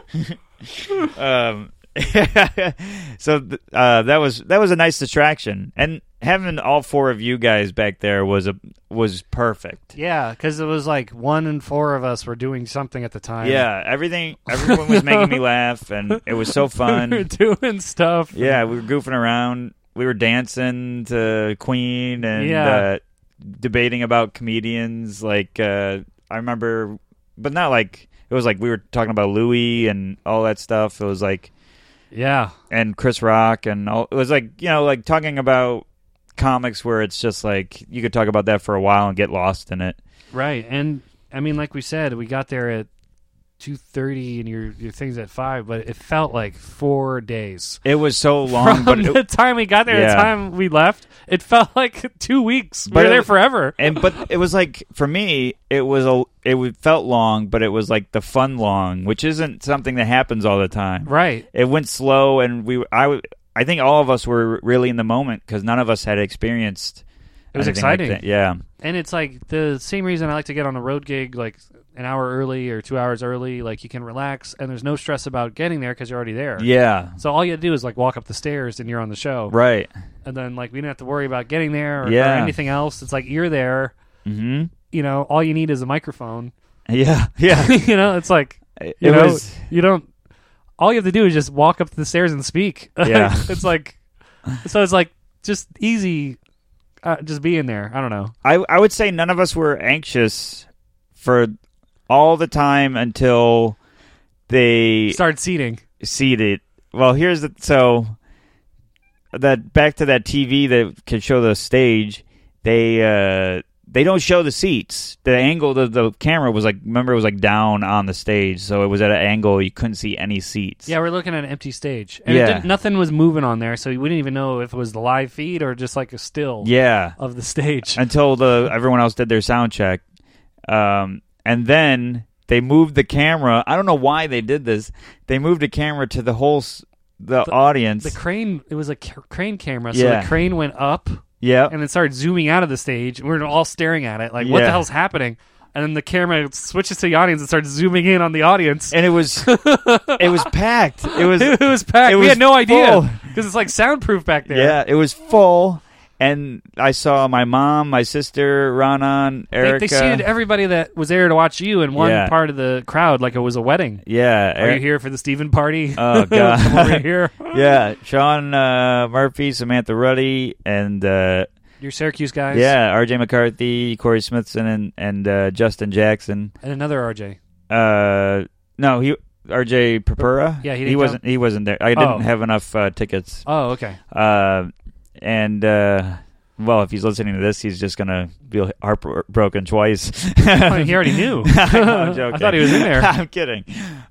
B: um (laughs) so th- uh that was that was a nice distraction and having all four of you guys back there was a was perfect
C: Yeah, because it was like one in four of us were doing something at the time.
B: yeah everything everyone was making me laugh and it was so
C: we were
B: fun
C: (laughs) doing stuff.
B: Yeah, we were goofing around. We were dancing to Queen and
C: Yeah.
B: uh, debating about comedians. Like uh, I remember, but not like it was like we were talking about Louis and all that stuff. It was like
C: yeah.
B: and Chris Rock and all. It was like you know like talking about comics where it's just like you could talk about that for a while and get lost in it.
C: Right, and I mean, like we said, we got there at two thirty, and your your things at five, but it felt like four
B: (laughs)
C: days.
B: It was
C: (laughs)
B: so long,
C: From
B: but
C: the
B: it,
C: time we got there, to the
B: Yeah.
C: time we left, it felt (laughs) like two weeks. We
B: But
C: were
B: it-
C: there forever.
B: and but it was like for me it was a it w- felt long but it was like the fun long which isn't something that happens all the time
C: Right.
B: it went slow and we I w- I think all of us were really in the moment because none of us had experienced
C: It was
B: anything like
C: exciting.
B: that. yeah
C: And it's like the same reason I like to get on a road gig like an hour early or two hours early. Like you can relax, and there's no stress about getting there because you're already there.
B: yeah
C: So all you have to do is like walk up the stairs and you're on the show.
B: right
C: And then like we didn't have to worry about getting there or, or
B: Yeah.
C: anything else. It's like you're there.
B: hmm
C: You know, all you need is a microphone.
B: (laughs)
C: (laughs)
B: yeah yeah
C: you know, it's like
B: it
C: (laughs) you know,
B: was
C: you don't. All you have to do is just walk up the stairs and speak. (laughs)
B: Yeah.
C: it's like, so it's like just easy, uh, just being there. I don't know.
B: I I would say none of us were anxious for all the time until they
C: Started seating.
B: seated well here's the so that back to that TV that can show the stage. They uh, they don't show the seats. The angle the the camera was like remember it was like down on the stage, so it was at an angle you couldn't see any seats.
C: Yeah, we're looking at an empty stage, and it
B: Yeah.
C: didn't- nothing was moving on there, so we didn't even know if it was the live feed or just like a still
B: yeah.
C: of the stage.
B: Until the everyone else did their sound check, um, and then they moved the camera. I don't know why they did this. They moved the camera to the whole s- the, audience.
C: the crane, it was a c- crane camera, so
B: Yeah.
C: the crane went up
B: yeah,
C: (laughs) and then started zooming out of the stage. and We were all staring at it, like, what
B: Yeah.
C: the hell's happening? And then the camera switches to the audience and starts zooming in on the (laughs) audience.
B: and it was it was packed. It
C: (laughs)
B: was
C: it was packed.
B: it
C: we
B: was
C: had no
B: full.
C: idea because it's like soundproof back there.
B: Yeah, it was full, and I saw my mom, my sister, Ronan,
C: They,
B: Erica.
C: they seated everybody that was there to watch you in one
B: Yeah.
C: part of the crowd, like it was a wedding.
B: yeah,
C: Are
B: Eric-
C: you here for the Stephen party? (laughs)
B: Oh, God.
C: Over
B: (laughs)
C: here.
B: yeah, Sean uh, Murphy, Samantha Ruddy, and uh,
C: Your Syracuse guys.
B: yeah, R.J. McCarthy, Corey Smithson, and and uh, Justin Jackson.
C: And another RJ.
B: Uh, no, he R.J. Papura.
C: Yeah, he didn't
B: he
C: come?
B: wasn't. He wasn't there. I didn't
C: Oh.
B: have enough uh, tickets.
C: Oh, okay. (laughs)
B: Uh, and uh, well, if he's listening to this, he's just gonna be heartbroken twice. (laughs)
C: he already knew. (laughs)
B: I know, (laughs) I'm joking.
C: I thought he was in
B: (laughs)
C: there.
B: I'm kidding.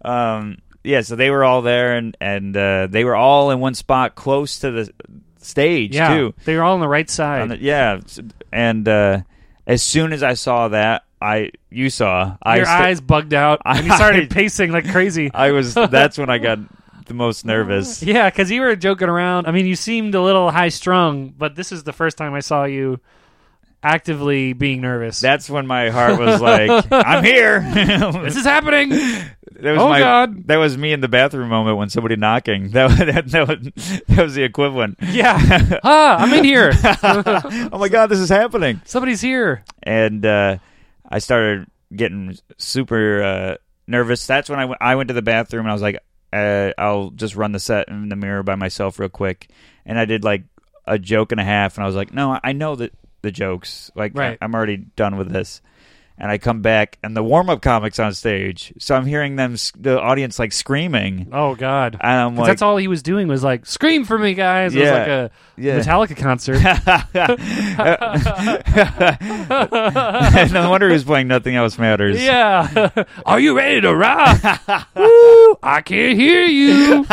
B: Um, yeah, so they were all there, and and uh, they were all in one spot, close to the stage
C: yeah.
B: too.
C: They were all on the right
B: On
C: side.
B: the- yeah, s- and uh, as soon as I saw that, I you saw I
C: Your
B: sta-
C: eyes bugged
B: (laughs)
C: out. and you
B: I-
C: started pacing like crazy.
B: (laughs) I
C: (laughs)
B: was that's when I got the most nervous.
C: Yeah, because you were joking around. I mean, you seemed a little high strung, but this is the first time I saw you actively being nervous.
B: That's when my heart was
C: (laughs)
B: like, "I'm here." (laughs)
C: this is happening.
B: That was
C: Oh,
B: my,
C: God.
B: That was me in the bathroom moment when somebody knocking. (laughs) That that that was, that was the
C: (laughs)
B: equivalent. (laughs)
C: yeah. Ah, I'm in here.
B: oh my God, this is happening!
C: Somebody's here.
B: And uh, I started getting super uh, nervous. That's when I went- I went to the bathroom and I was like, uh, "I'll just run the set in the mirror by myself real quick." And I did like a joke and a half, and I was like, "No, I know that the jokes. Like,
C: Right.
B: I- I'm already done with this." And I come back, and the warm up comics on stage. So I'm hearing them, s- the audience like screaming.
C: Oh God.
B: And I'm
C: 'Cause
B: like, (laughs)
C: (laughs) that's all he was doing was like scream for me, guys. It was
B: Yeah.
C: like a
B: (laughs) Yeah.
C: Metallica concert.
B: no wonder he was playing Nothing Else Matters.
C: Yeah. (laughs) Are you ready to
B: (laughs)
C: rock? Woo! I can't hear you.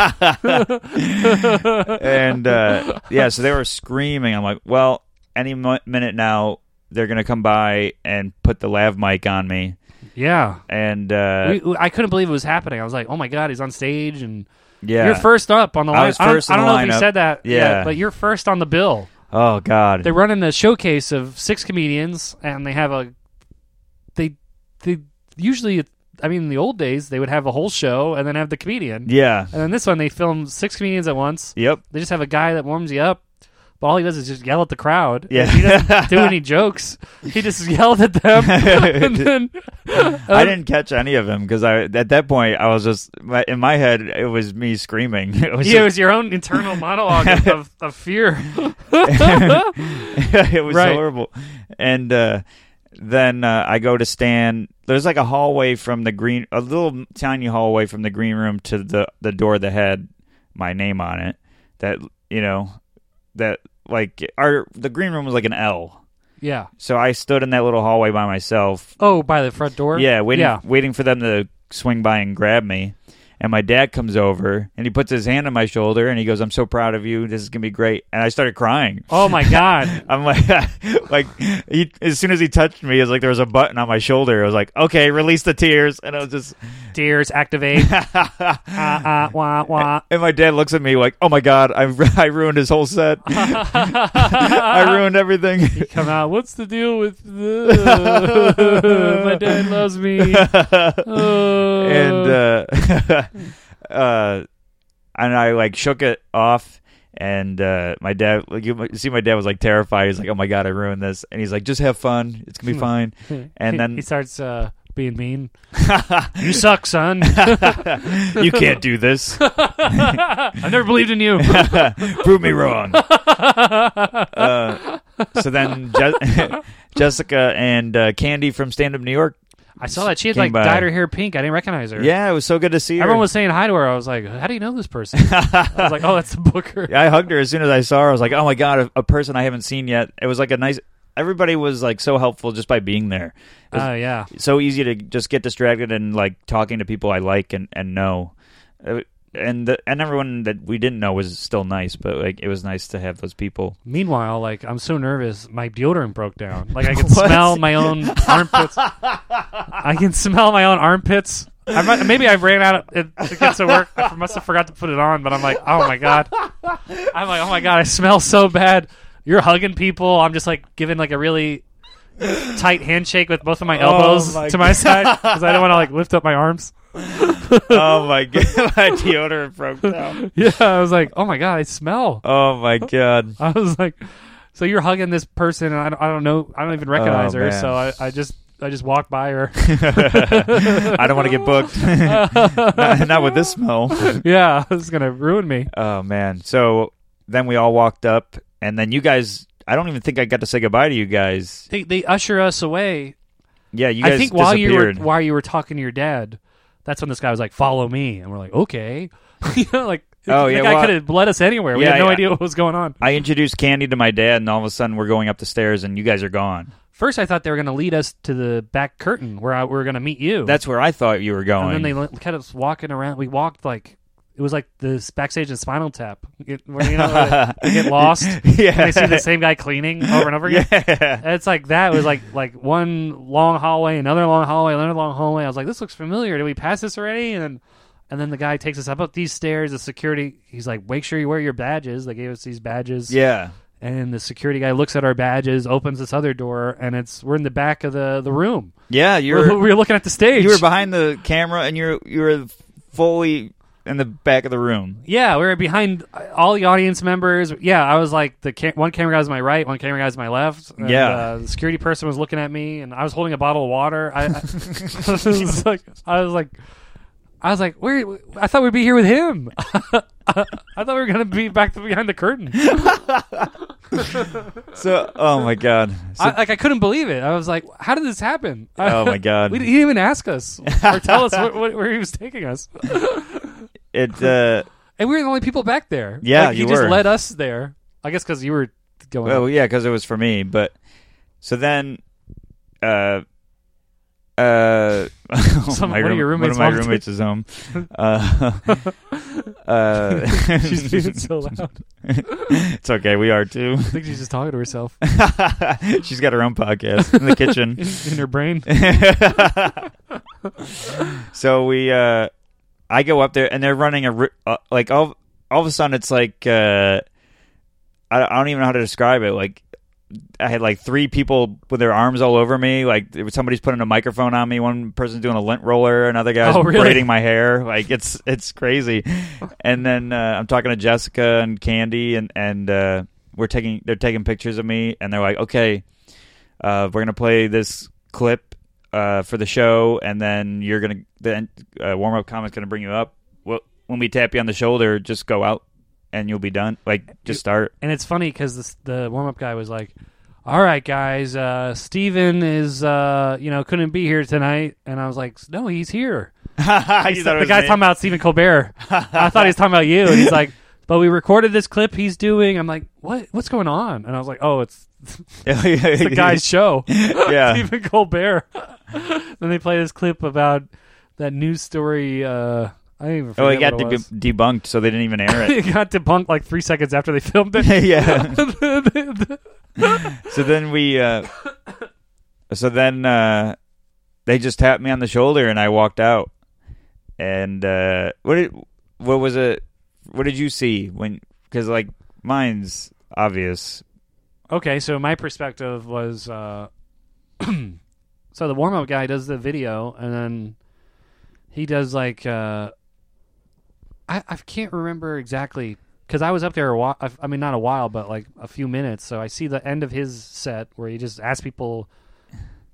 C: (laughs)
B: And uh, yeah, so they were screaming. I'm like, well, any mo- minute now, they're going to come by and put the lav mic on me.
C: Yeah.
B: And uh,
C: We, we- I couldn't believe it was happening. I was like, "Oh my god, he's on stage!" And
B: yeah.
C: you're first up on the
B: I
C: line.
B: was
C: don't,
B: first
C: I
B: in
C: don't
B: the
C: know if
B: lineup.
C: you said that.
B: Yeah.
C: but you're first on the bill.
B: oh, God.
C: They're running a showcase of six comedians, and they have a they they usually. I mean, in the old days, they would have a whole show and then have the comedian.
B: yeah.
C: And then this one, they film six comedians at once.
B: Yep.
C: They just have a guy that warms you up, but all he does is just yell at the crowd.
B: Yeah.
C: He
B: (laughs)
C: doesn't (laughs) do any jokes. He just yelled at them. and then, uh,
B: I didn't catch any of them because I at that point I was just my- in my head it was me screaming. (laughs) It was
C: Yeah, it was your own internal monologue of, of, of
B: (laughs)
C: fear. (laughs)
B: it was
C: Right.
B: horrible. And uh, then uh, I go to stand. There's like a hallway from the green, a little tiny hallway from the green room to the the door that had my name on it. That you know, that like our the green room was like an L.
C: Yeah.
B: So I stood in that little hallway by myself.
C: Oh, by the front door?
B: Yeah, waiting
C: Yeah.
B: waiting for them to swing by and grab me. And my dad comes over and he puts his hand on my shoulder and he goes, "I'm so proud of you. This is gonna be great." And I started crying.
C: Oh, my God. (laughs)
B: I'm like, (laughs) like he, as soon as he touched me, it was like there was a button on my shoulder. I was like, okay, release the tears, and I was just, (laughs)
C: Tears activate. uh, uh, wah, wah.
B: and my dad looks at me like, oh my god, I (laughs) I ruined his whole set, (laughs)
C: (laughs)
B: I ruined everything. (laughs)
C: Come out. What's the deal with the. (laughs) my dad loves
B: (laughs)
C: me. Uh,
B: and uh, (laughs) uh, and I like shook it off. And uh, my dad, like you might- see, my dad was like terrified. He's like, "Oh my god, I ruined this," and he's like, "Just have fun. It's gonna be fine." (laughs) And then
C: he starts uh, being mean. you suck, son. (laughs)
B: (laughs) you can't do this.
C: I never believed in you. (laughs)
B: (laughs) prove me wrong. (laughs) uh, so then Je- Jessica and uh, Candy from Stand Up New York
C: I saw that she had
B: Came
C: like
B: by.
C: dyed her hair pink. I didn't recognize her.
B: Yeah, it was so good to see her. (laughs)
C: Everyone was saying hi to her. I was like, "How do you know this person?" (laughs) I was like, "Oh, that's the Booker."
B: I hugged her as soon as I saw her. I was like, "Oh my god, a, a person I haven't seen yet." It was like a nice. Everybody was like so helpful just by being there. It was
C: Oh yeah.
B: so easy to just get distracted and like talking to people I like and and know, Uh, and the, and everyone that we didn't know was still nice. But like it was nice to have
C: (laughs)
B: those people.
C: Meanwhile, like I'm so nervous, my deodorant broke down. Like I can smell my own armpits. I can smell my own armpits. I might, maybe I ran out of, it, to get to work. I must have forgot to put it on, but I'm like, oh my god. I'm like, oh my god, I smell so bad. You're hugging people. I'm just like giving like a really tight handshake with both of my elbows
B: my
C: to my side because I don't want to like lift up my arms. (laughs)
B: oh my (laughs) god, my deodorant broke down.
C: Yeah, I was like, oh my god, I smell.
B: Oh my god.
C: (laughs) I was like, so you're hugging this person, and I don't, I don't know, I don't even recognize
B: Oh,
C: her.
B: man.
C: So I, I just, I just walked by
B: (laughs)
C: her. (laughs)
B: I don't want to get booked. not, not with this smell.
C: yeah, (laughs) this is gonna ruin me.
B: Oh man. So then we all walked up, and then you guys. I don't even think I got to say goodbye to you guys.
C: They, they usher us away.
B: Yeah, you guys
C: I think while you were
B: disappeared.
C: while you were talking to your dad, that's when this guy was like, "Follow me," and we're like, "Okay," (laughs) you know, like.
B: Oh,
C: the
B: yeah,
C: guy
B: well,
C: could have led us anywhere. We
B: yeah,
C: had no
B: yeah.
C: idea what was going on.
B: I introduced Candy to my dad, and all of a sudden we're going up the stairs, and you guys are gone.
C: First, I thought they were going to lead us to the back curtain where I, we were going to meet you.
B: That's where I thought you were going.
C: and then they let- kept us walking around. We walked like it was like this backstage in Spinal Tap. You, where, you know, where they
B: (laughs)
C: get lost.
B: yeah.
C: and they see the same guy cleaning over and over again.
B: (laughs) Yeah.
C: And It's like that. It was like like one long hallway, another long hallway, another long hallway. I was like, this looks familiar. Did we pass this already? And then, and then the guy takes us up up these stairs. The security, he's like, make sure you wear your badges. They gave us these badges.
B: Yeah.
C: And the security guy looks at our badges, opens this other door, and it's we're in the back of the the room.
B: Yeah.
C: We're, (laughs)
B: You're
C: we're looking at the stage.
B: you were behind the camera, and you're you were fully in the back of the room.
C: Yeah, we were behind uh, all the audience members. Yeah, I was like the ca- one camera guy was my right, one camera guy was my left. And,
B: Yeah.
C: uh, the security person was looking at me, and I was holding a bottle of water. I, (laughs) I, I
B: (laughs)
C: was like, I was like, I was like, where? I thought we'd be here with him. (laughs) I thought we were gonna be back to behind the
B: (laughs)
C: curtain.
B: So, oh my god. So,
C: I, like I couldn't believe it. I was like, how did this happen? (laughs)
B: Oh, my God.
C: we, he didn't even ask
B: (laughs)
C: us or tell us wh- wh- where he was taking us,
B: it. Uh,
C: and we were the only people back there.
B: Yeah,
C: like, he
B: you
C: just
B: were.
C: led us there. I guess because you were going.
B: Well, yeah, because it was for me. But so then, uh,
C: (laughs)
B: uh, (laughs)
C: Some-
B: my
C: one of your
B: room-
C: roommates
B: one of my
C: walked in.
B: roommates
C: (laughs)
B: is home. Uh, (laughs) uh,
C: (laughs) She's
B: (laughs)
C: being so loud.
B: it's okay. We are too. (laughs)
C: I think she's just talking to herself
B: She's got her own podcast in the kitchen.
C: (laughs)
B: (laughs)
C: in her brain.
B: so we, uh, I go up there and they're running a ri- uh, like all all of a sudden it's like uh, I, I don't even know how to describe it. Like I had like three people with their arms all over me. Like there was- somebody's putting a microphone on me. One person's doing a lint roller. Another guy's
C: Oh, really?
B: braiding my hair. Like it's it's crazy. and then uh, I'm talking to Jessica and Candy and and uh, we're taking they're taking pictures of me and they're like okay uh, we're gonna play this clip uh, for the show, and then you're gonna then uh, warm up comment's gonna bring you up. Well, when we tap you on the shoulder, just go out and you'll be done. Like just start.
C: (laughs) And it's funny because the warm up guy was like, all right, guys, uh, Steven is, uh, you know, couldn't be here tonight. And I was like, no, he's here.
B: (laughs) You thought it
C: the
B: was
C: guy's
B: me?
C: talking about Stephen Colbert. I thought he was talking about you. And he's
B: (laughs)
C: like, but we recorded this clip he's doing. I'm like, what? what's going on? And I was like, oh, it's (laughs)
B: (laughs)
C: the guy's show. (laughs)
B: yeah.
C: Stephen Colbert. then they play this clip about that news story. Uh, I don't even.
B: Oh,
C: forget
B: it got
C: what it was.
B: deb- debunked, so they didn't even air
C: (laughs)
B: it.
C: it got debunked like three seconds after they (laughs) filmed it.
B: (laughs) yeah. So then we, uh, so then uh, they just tapped me on the shoulder, and I walked out. And uh, what did what was it? What did you see when? Because like mine's (laughs) obvious.
C: okay, so my perspective was uh, (clears throat) so the warm up guy does the video, and then he does like uh, I I can't remember exactly because I was up there a while. I mean, not a while, but like a few minutes. So I see the end of his set where he just asks people,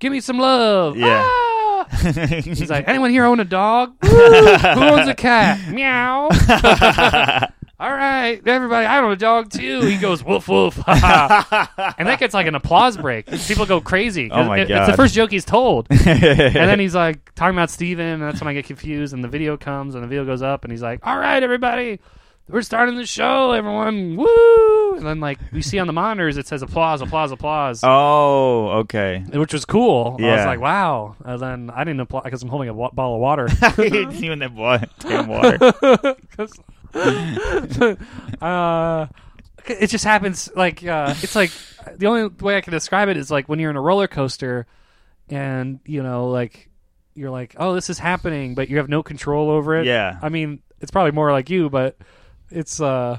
C: "Give me some love."
B: Yeah.
C: Ah!
B: (laughs) (laughs)
C: He's like, anyone here own a dog? Woo! Who owns a cat? Meow. all right, everybody, I own a dog too. He goes, woof, woof. ha, ha. and that gets like an applause break. People go crazy.
B: Oh, my
C: It- It's the
B: God.
C: first joke he's told. and
B: (laughs)
C: then he's like talking about Steven, and that's when I get confused. And the video comes, and the video goes up, and he's like, all right, everybody, we're starting the show, everyone. Woo! And then, like, you see on the monitors, it says applause, applause, applause.
B: oh, okay. (laughs)
C: Which was cool. I was
B: Yeah.
C: like, wow. And then I didn't apply because I'm holding a wa- bottle of
B: (laughs)
C: water.
B: Even that water, damn water.
C: 'Cause- uh, it just happens like uh, it's like the only way I can describe it is like when you're in a roller coaster and you know like you're like oh this is happening but you have no control over it
B: Yeah.
C: I mean it's probably more like you but it's uh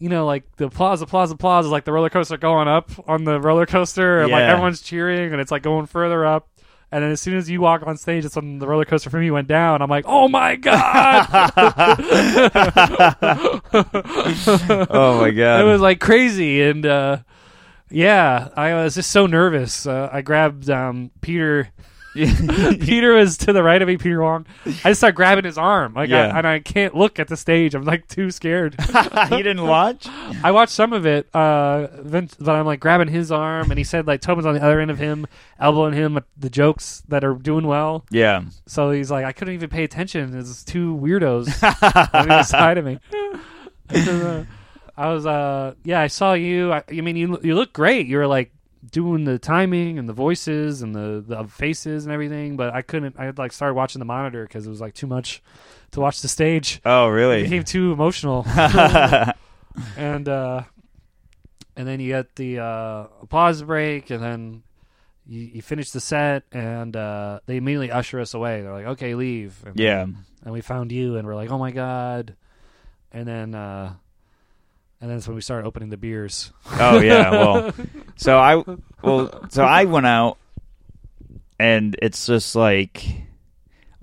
C: you know like the applause applause applause is like the roller coaster going up on the roller coaster and like
B: Yeah.
C: everyone's cheering and it's like going further up and then as soon as you walk on stage it's when the roller coaster for me went down I'm like oh my god
B: (laughs) (laughs)
C: (laughs)
B: oh my god.
C: it was like crazy and uh yeah i was just so nervous uh, i grabbed um peter peter was to the right of me peter wong i just started grabbing his arm like
B: Yeah.
C: I, and i can't look at the stage i'm like too scared
B: (laughs) you didn't watch?
C: i watched some of it uh then but i'm like grabbing his arm and he said like tobin's on the other end of him elbowing him at the jokes that are doing well
B: Yeah.
C: so he's like i couldn't even pay attention it's two weirdos on the side of me. I was, uh, yeah, I saw you. I, I mean, you you look great. You were like doing the timing and the voices and the, the faces and everything, but I couldn't. I had like started watching the monitor because it was like too much to watch the stage.
B: Oh,
C: It
B: really?
C: became too
B: (laughs)
C: emotional, (laughs) and uh, and then you get the uh, pause break, and then you, you finish the set, and uh, they immediately usher us away. They're like, "Okay, leave." And
B: yeah.
C: and we found you and we're like oh my god and then uh and then that's when we started opening the beers
B: Oh yeah. Well, so I well so I went out, and it's just like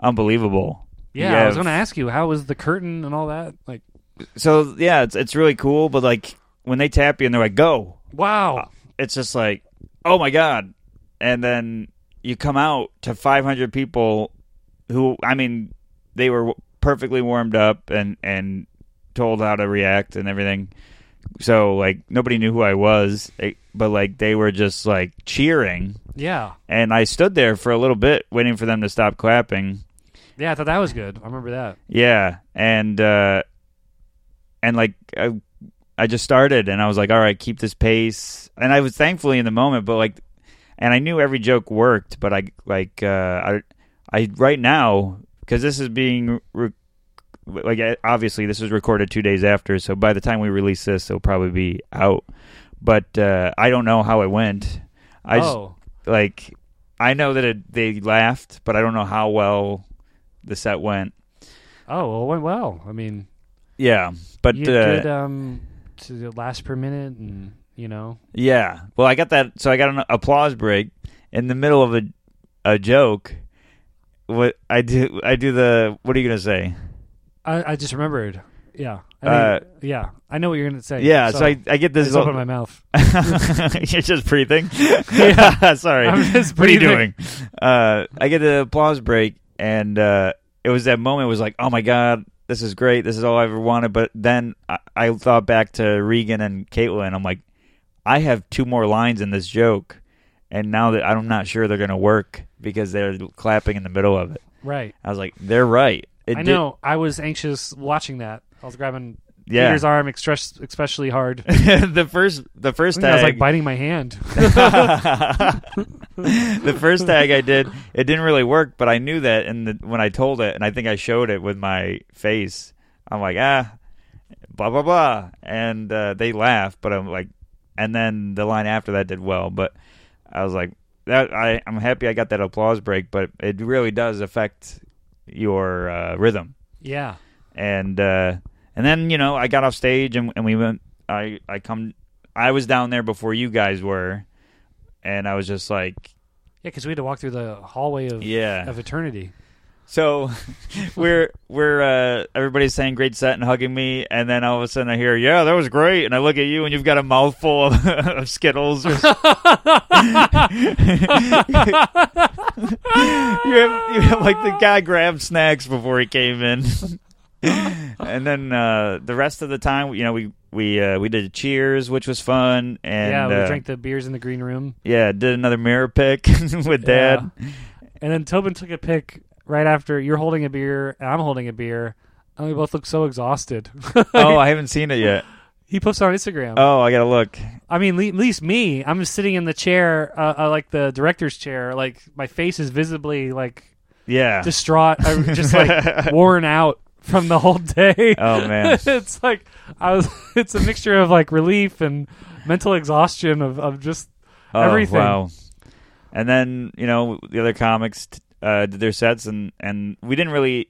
B: unbelievable. You
C: yeah i was
B: have-
C: gonna ask you how was the curtain and all that like
B: So yeah, it's it's really cool, but like when they tap you and they're like go, Uh,
C: wow
B: it's just like oh my god, and then you come out to 500 people who I mean they were perfectly warmed up and and told how to react and everything. So like nobody knew who I was, eh, but like they were just like cheering.
C: yeah
B: and I stood there for a little bit waiting for them to stop clapping.
C: yeah i thought that was good i remember that
B: Yeah, and uh, and like I, I just started, and I was like, all right, keep this pace. And I was thankfully in the moment, but like, and I knew every joke worked, but I like uh, I I right now because this is being. Re- like eh, obviously this was recorded two days after so by the time we release this it'll probably be out but uh, i don't know how it went i just,
C: oh
B: like I know that it, they laughed, but I don't know how well the set went.
C: oh well it went well i mean
B: Yeah, but
C: you
B: uh,
C: did um to the last per minute and you know
B: yeah, well, I got that. So I got an applause break in the middle of a a joke. What I do, I do the. What are you gonna say?
C: i, I just remembered yeah I
B: Uh,
C: mean, yeah i know what you're gonna say
B: Yeah, so, I, I get this.
C: just opened my mouth
B: (laughs) You're
C: (laughs)
B: just breathing. yeah, (laughs) sorry.
C: I'm just
B: what are you
C: breathing.
B: doing? Uh, I get the applause break, and uh, it was that moment. It was like, oh my god, this is great. This is all I ever wanted. But then I, I thought back to Regan and Caitlin. I'm like, I have two more lines in this joke, and now that I'm not sure they're gonna work because they're clapping in the middle of it.
C: right
B: I was like, they're right. It
C: i
B: did-
C: know i was anxious watching that i was grabbing
B: Yeah. (laughs)
C: peter's arm extres- especially hard
B: the first, the first
C: I was
B: tag.
C: like biting my hand. (laughs)
B: (laughs) the first tag I did, it didn't really work, but I knew that. And the, when I told it, and I think I showed it with my face, I'm like, ah, blah blah blah, and uh, they laughed. But I'm like, and then the line after that did well, but I was like, that I, I'm happy I got that applause break, but it really does affect your uh, rhythm
C: yeah.
B: and uh, and then you know I got off stage and, and we went. I I come. I was down there before you guys were, and I was just like,
C: Yeah, because we had to walk through the hallway of
B: yeah.
C: of eternity.
B: So (laughs) we're we're uh, everybody's saying great set and hugging me, and then all of a sudden I hear, yeah, that was great, and I look at you and you've got a mouthful of, (laughs) of Skittles. Or (laughs) you have you have like the guy grabbed snacks before he came in. (laughs) and then uh, the rest of the time, you know, we we uh, we did Cheers, which was fun, and
C: yeah, we
B: uh,
C: drank the beers in the green room,
B: yeah, did another mirror pick (laughs) with Dad.
C: (laughs) and then Tobin took a pic right after you're holding a beer and I'm holding a beer, and we both look so exhausted. (laughs)
B: Oh, I haven't seen it yet.
C: he posted on Instagram.
B: Oh, I gotta look.
C: I mean, le- at least me, I'm just sitting in the chair, uh, uh, like the director's chair, like my face is visibly like
B: Yeah,
C: distraught, I'm just (laughs)
B: (laughs)
C: like worn out from the whole day. (laughs)
B: Oh, man.
C: it's like I was. (laughs) It's a mixture of like relief and mental exhaustion of of just
B: oh,
C: everything.
B: Wow. And then you know the other comics t- uh, did their sets, and and we didn't really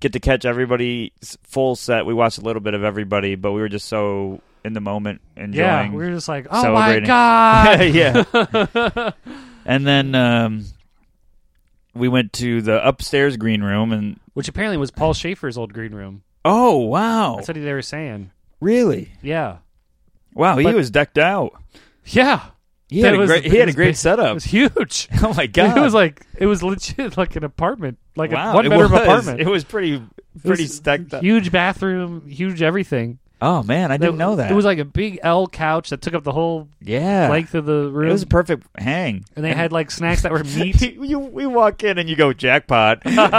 B: get to catch everybody's full set. We watched a little bit of everybody, but we were just so in the moment
C: Yeah,
B: enjoying.
C: we were just like, oh my
B: celebrating.
C: god.
B: (laughs) yeah.
C: (laughs)
B: and then um, we went to the upstairs green room, and
C: Which apparently was Paul Schaefer's old green room.
B: oh wow,
C: That's what they were saying.
B: really?
C: Yeah,
B: Wow, he
C: But-
B: was decked out.
C: yeah.
B: He
C: That
B: had a
C: was-
B: great, he had a great
C: (laughs) It
B: setup.
C: was huge.
B: oh my
C: (laughs)
B: god,
C: It was like it was legit like an apartment, like
B: wow,
C: a one
B: it
C: bedroom
B: was.
C: apartment.
B: It was pretty pretty
C: was
B: stacked up.
C: Huge bathroom, huge everything.
B: Oh man, I didn't know that.
C: It was like a big L couch that took up the whole
B: yeah,
C: length of the
B: it
C: room.
B: was a perfect hang.
C: and they had like snacks
B: (laughs)
C: that were meat.
B: you we walk in and you
C: (laughs)
B: go jackpot because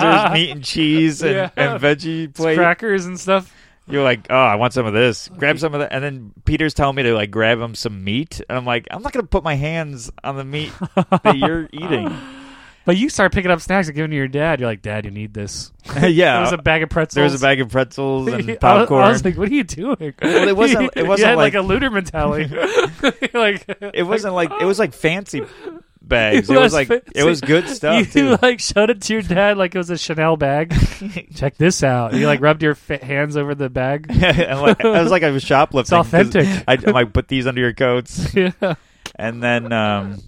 B: there's meat and cheese and,
C: Yeah.
B: and veggie plate.
C: crackers and stuff.
B: You're like, oh, I want some of this. Grab some of that, and then Peter's telling me to like grab him some meat, and I'm like, I'm not gonna put my hands on
C: (laughs)
B: the meat (laughs) that you're eating. (laughs)
C: But you start picking up snacks and giving to your dad. You're like, Dad, you need this.
B: yeah,
C: There was a bag of pretzels.
B: there was a bag of pretzels
C: (laughs) I-
B: and popcorn.
C: I, was like, "What are you doing?"
B: Well,
C: (laughs)
B: it wasn't- it
C: You
B: wasn't
C: had like,
B: like-
C: a looter
B: (laughs)
C: mentality. (laughs) like
B: it wasn't like it was like fancy
C: (laughs)
B: bags.
C: It was
B: It, was, like it
C: fancy.
B: was
C: (laughs)
B: good
C: you
B: stuff too.
C: like showed it to your dad like it was a Chanel bag. (laughs) Check this out. You like rubbed your fa hands over the
B: (laughs)
C: bag.
B: and like, I was like I was shoplifting.
C: It's authentic.
B: 'cause I, I'm like put these under your
C: (laughs) (laughs)
B: coats,
C: yeah.
B: and then um,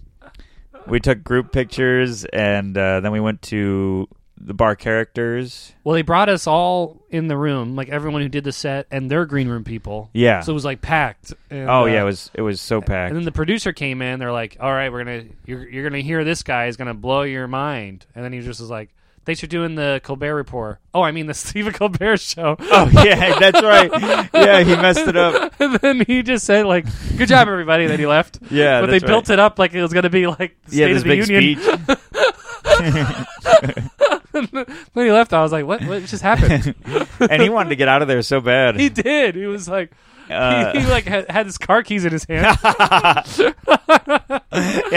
B: we took group pictures, and uh, then we went to the bar characters.
C: Well, they brought us all in the room, like everyone who did the set and their green room people.
B: Yeah.
C: So it was like packed. And,
B: oh
C: uh,
B: yeah, it was it was so packed.
C: And then the producer came in. They're like, "All right, we're gonna you're you're gonna hear this guy is gonna blow your mind." And then he just was like, "Thanks for doing the Colbert Report." Oh, I mean the (laughs) Stephen Colbert Show.
B: (laughs) Oh yeah, that's right. Yeah, he messed it up.
C: (laughs) and then he just said like, "Good job, everybody." And then he left.
B: (laughs) Yeah,
C: but they
B: that's
C: built
B: right.
C: it up like it was gonna be like the
B: Yeah,
C: State
B: this
C: of the
B: big
C: Union. (laughs)
B: speech.
C: When he left, I was like, "What? What just
B: (laughs)
C: happened?" (laughs)
B: and he wanted to get out of there so bad.
C: he did. He was like.
B: Uh,
C: he, he like had, had his car keys in his
B: (laughs)
C: hand.
B: Get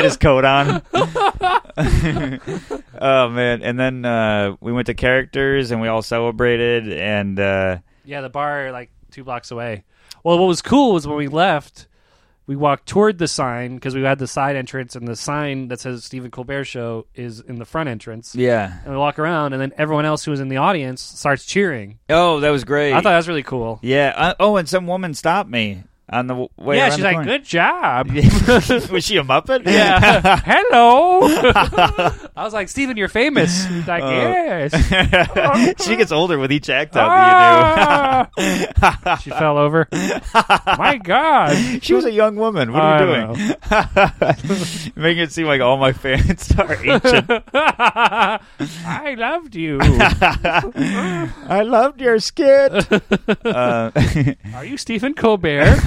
B: his coat (laughs) on. oh man! And then uh, we went to characters, and we all celebrated. And uh,
C: yeah, the bar like two blocks away. Well, what was cool was when we left, we walked toward the sign because we had the side entrance, and the sign that says Stephen Colbert Show is in the front entrance.
B: yeah,
C: And we walk around, and then everyone else who was in the audience starts cheering.
B: oh, that was great.
C: I thought that was really cool.
B: yeah. Uh, oh, and some woman stopped me on the w- way.
C: yeah,
B: around
C: she's
B: the
C: like,
B: corner.
C: "Good
B: (laughs)
C: job." (laughs)
B: was she a muppet?
C: Yeah. Hello. I was like, Steven, you're famous. He's like,
B: Oh.
C: yes.
B: (laughs) she gets older with each act out (laughs) that
C: Ah! she fell over. My God.
B: (laughs) you do. (laughs) she was a young woman. What are you
C: I
B: doing?
C: don't
B: (laughs) Making it seem like all my fans are
C: (laughs)
B: ancient.
C: I loved
B: (laughs)
C: you.
B: I loved your skit. uh, (laughs)
C: Are you Stephen Colbert?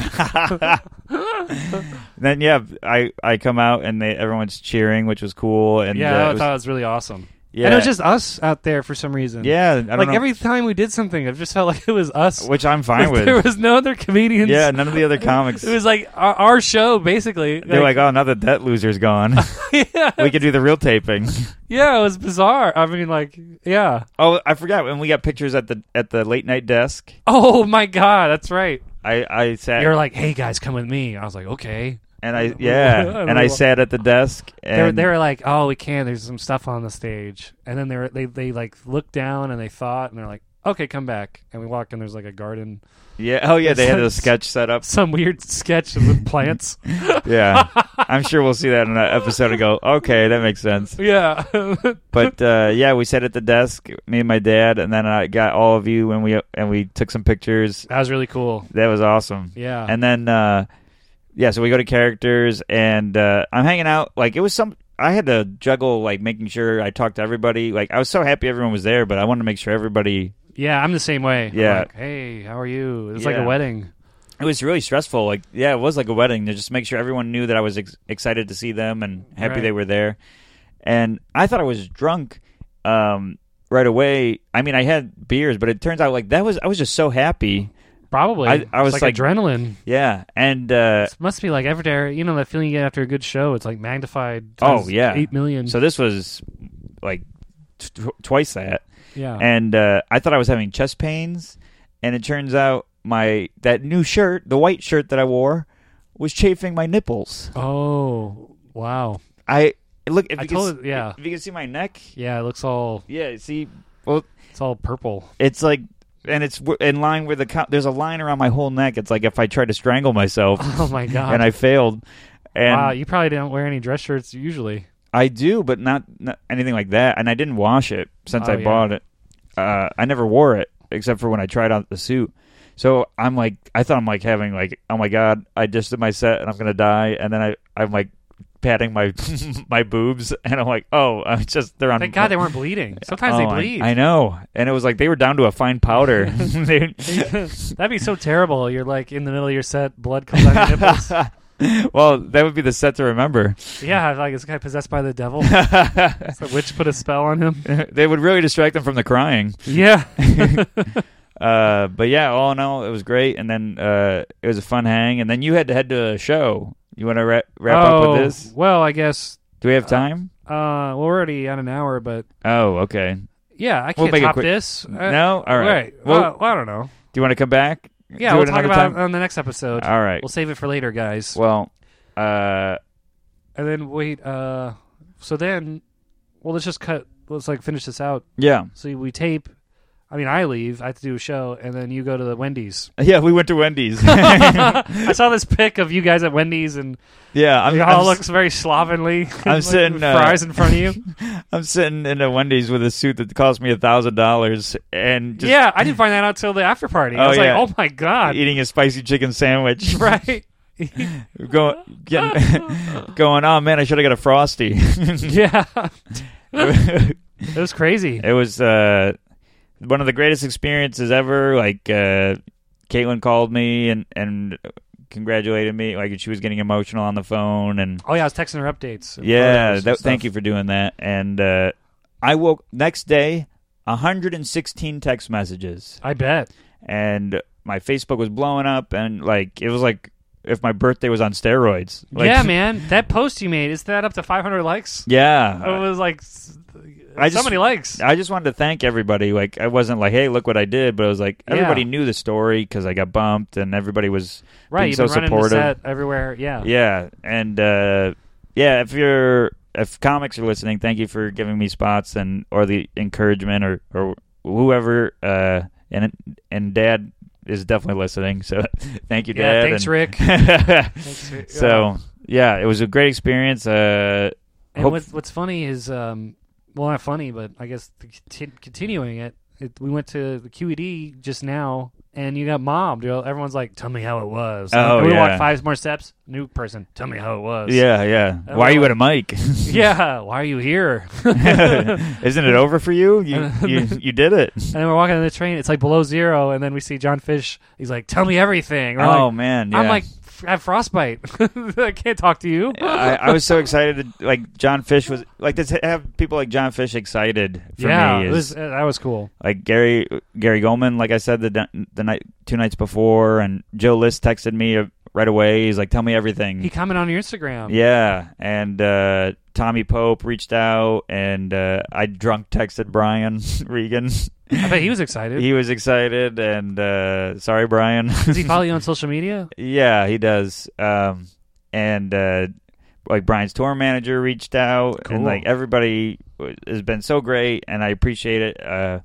B: then yeah, I, I come out and they everyone's cheering, which was cool. And
C: yeah,
B: uh,
C: I
B: it was-
C: thought it was really awesome.
B: yeah,
C: And it was just us out there for some reason.
B: yeah. I don't
C: like
B: know,
C: every time we did something, it just felt like it was us. (laughs)
B: which I'm fine
C: Like, There
B: with.
C: was no other comedians.
B: Yeah, none of the other comics.
C: (laughs) It was like our, our show, basically.
B: They're like, oh, now that that
C: (laughs)
B: loser's gone,
C: yeah,
B: we could do the real taping. (laughs)
C: yeah, it was bizarre. I mean, like, yeah.
B: Oh, I forgot when we got pictures at the at the late night desk.
C: Oh my god, that's right.
B: I I sat
C: You're like, hey guys, come with me. I was like, okay. (laughs)
B: and I yeah, and I sat at the desk
C: They were,
B: and
C: they were like, oh, we can. There's some stuff on the stage, and then they were, they they like looked down and they thought, and they're like, okay, come back. And we walk and there's like a garden, (laughs)
B: yeah, oh yeah, they had a sketch set up.
C: some weird sketch with
B: (laughs)
C: plants.
B: Yeah, I'm sure we'll see that in that episode and go, okay, that makes sense.
C: yeah, (laughs)
B: But uh, yeah, we sat at the desk, me and my dad, and then I got all of you and we and we took some pictures.
C: that was really cool.
B: That was awesome.
C: Yeah,
B: And then uh, yeah, so we go to characters and uh, I'm hanging out. Like it was some. I had to juggle like making sure I talked to everybody. Like I was so happy everyone was there, but I wanted to make sure everybody
C: Yeah, I'm the same way. I'm
B: Yeah.
C: like, hey, how are you? It's like
B: Yeah.
C: a wedding.
B: It was really stressful. Like, yeah, it was like a wedding to just make sure everyone knew that I was ex- excited to see them and happy
C: Right.
B: they were there. And I thought I was drunk um, right away. I mean, I had beers, but it turns out like that was I was just so happy.
C: Probably.
B: I- I
C: It's
B: was like-
C: adrenaline.
B: Yeah, and uh,
C: It must be like every day, you know, that feeling you get after a good show. It's like magnified.
B: Oh,
C: times
B: yeah.
C: eight million.
B: so this was like t- tw- twice that.
C: yeah,
B: and uh, I thought I was having chest pains, and it turns out my that new shirt, the white shirt that I wore, was chafing my nipples.
C: oh wow,
B: I look. If
C: I
B: you can
C: told
B: s-
C: it- yeah.
B: If you can see my neck,
C: yeah, it looks all
B: yeah. See,
C: it's all purple. (laughs)
B: it's like, and it's w- in line where the co- there's a line around my whole neck. It's like if I tried to
C: (laughs)
B: strangle myself
C: Oh my god!
B: and I failed, and
C: wow, you probably don't wear any dress shirts usually.
B: I do, but not, not anything like that. And I didn't wash it since
C: Oh,
B: I
C: yeah.
B: bought it. Uh, I never wore it except for when I tried out the suit. So I'm like, I thought I'm like having like, oh my god, I just did my set and I'm gonna die. And then I, I'm like patting my (laughs) my boobs and I'm like, oh, I'm just they're on.
C: Thank God they weren't
B: (laughs)
C: bleeding. Sometimes
B: Oh,
C: they
B: I-
C: bleed.
B: I, know, and it was like they were down to a
C: (laughs)
B: fine powder. (laughs) They- (laughs)
C: That'd be so terrible. You're like in the middle of your set, blood comes out of your
B: (laughs)
C: nipples.
B: well, that would be the set to remember. (laughs)
C: yeah, like this guy possessed by the devil.
B: they
C: The witch put a spell on him.
B: would really distract them from the crying.
C: Yeah.
B: Uh, but yeah, all in all, it was great, and then uh, it was a fun hang, and then you had to head to a show. You want to ra- (laughs) wrap up
C: Oh,
B: with this?
C: Well, I guess
B: Do we have time?
C: uh, we're already on an hour, but
B: oh, okay.
C: yeah, I
B: We'll
C: can't
B: make it
C: top
B: quick.
C: this. Uh,
B: no, all right.
C: Right.
B: Well,
C: Well, I don't know.
B: do you want to come back?
C: Yeah,
B: do
C: we'll
B: it
C: talk
B: another
C: about it
B: time?
C: on the next episode.
B: All right.
C: We'll save it for later, guys.
B: Well, uh,
C: and then wait. Uh, so then, well, let's just cut. Let's like finish this out.
B: yeah, (laughs)
C: So we tape. I mean, I leave. I have to do a show, and then you go to the Wendy's.
B: yeah. We went
C: (laughs)
B: to Wendy's. (laughs)
C: I saw this pic of you guys at Wendy's, and
B: yeah, (laughs) I'm,
C: it
B: I'm,
C: all
B: s-
C: looks very slovenly.
B: I'm
C: (laughs) Like,
B: sitting, uh,
C: fries in front of you.
B: I'm sitting in a Wendy's with a suit that cost me a thousand dollars and (laughs) just
C: yeah, I didn't find that out till the after party. I
B: Oh,
C: was
B: yeah.
C: like, oh my
B: (laughs)
C: god, (laughs)
B: eating a spicy chicken sandwich. (laughs)
C: right? (laughs)
B: going, getting, (laughs) going. Oh man, I should have got a frosty. (laughs)
C: yeah, it was crazy.
B: It was uh, one of the greatest experiences ever. Like uh, Caitlin called me and and congratulated me. Like she was getting emotional on the phone, and
C: Oh yeah, I was texting her updates. and
B: yeah,
C: photos and
B: that, thank
C: stuff.
B: you for doing that. And uh, I woke next day, 116 text messages,
C: I bet.
B: and my Facebook was blowing up, and like it was like if my birthday was on steroids. Like,
C: yeah, man, that post you made is that up to 500 likes?
B: (laughs) Yeah,
C: it was like s-
B: I
C: so
B: just-
C: many likes.
B: I just wanted to thank everybody. Like, I wasn't like, "Hey, look what I did," but I was like,
C: Yeah.
B: everybody knew the story because I got bumped, and everybody was
C: right,
B: being
C: you've
B: so
C: been running the set
B: supportive.
C: everywhere. Yeah,
B: Yeah, and uh, yeah, if you're if comics are listening, thank you for giving me spots and or the encouragement or or whoever. Uh, and and Dad is definitely listening, so (laughs) thank you,
C: Yeah,
B: Dad.
C: thanks,
B: and-
C: Rick.
B: (laughs)
C: Thanks for- uh,
B: so yeah, it was a great experience. Uh,
C: and
B: hope-
C: what's, what's funny is, um, well, not funny, but I guess the, conti- continuing it, it, we went to the QED just now, and you got mobbed. You know, everyone's like, "Tell me how it was."
B: Oh,
C: And we
B: yeah.
C: walked five more steps. New person, tell me how it was.
B: yeah, yeah.
C: I
B: Why are you
C: like-
B: at a mic? (laughs)
C: yeah. Why are you here?
B: Isn't it over for you?
C: (laughs)
B: You you, you did it.
C: And then we're walking on the train. It's like below zero, and then we see John Fish. He's like, "Tell me everything." We're
B: Oh
C: like,
B: man, yeah.
C: I'm like, "F- I have frostbite. (laughs) I can't talk to you. (laughs)
B: I, I was so excited. To, like John Fish was like to have people like John Fish excited for
C: yeah,
B: me
C: it was,
B: is
C: uh, that was cool.
B: like Gary Gary Goldman. Like I said the the night two nights before, and Joe List texted me uh, right away. He's like, "Tell me everything."
C: He commented on your Instagram.
B: yeah, and uh, Tommy Pope reached out, and uh, I drunk texted Brian (laughs) Regan.
C: I bet he was excited.
B: he was excited, and uh, sorry, Brian.
C: Does he follow you on social
B: (laughs)
C: media?
B: Yeah, he does. Um, and uh, like Brian's tour manager reached out,
C: Cool.
B: and like everybody w- has been so great, and I appreciate it. Uh,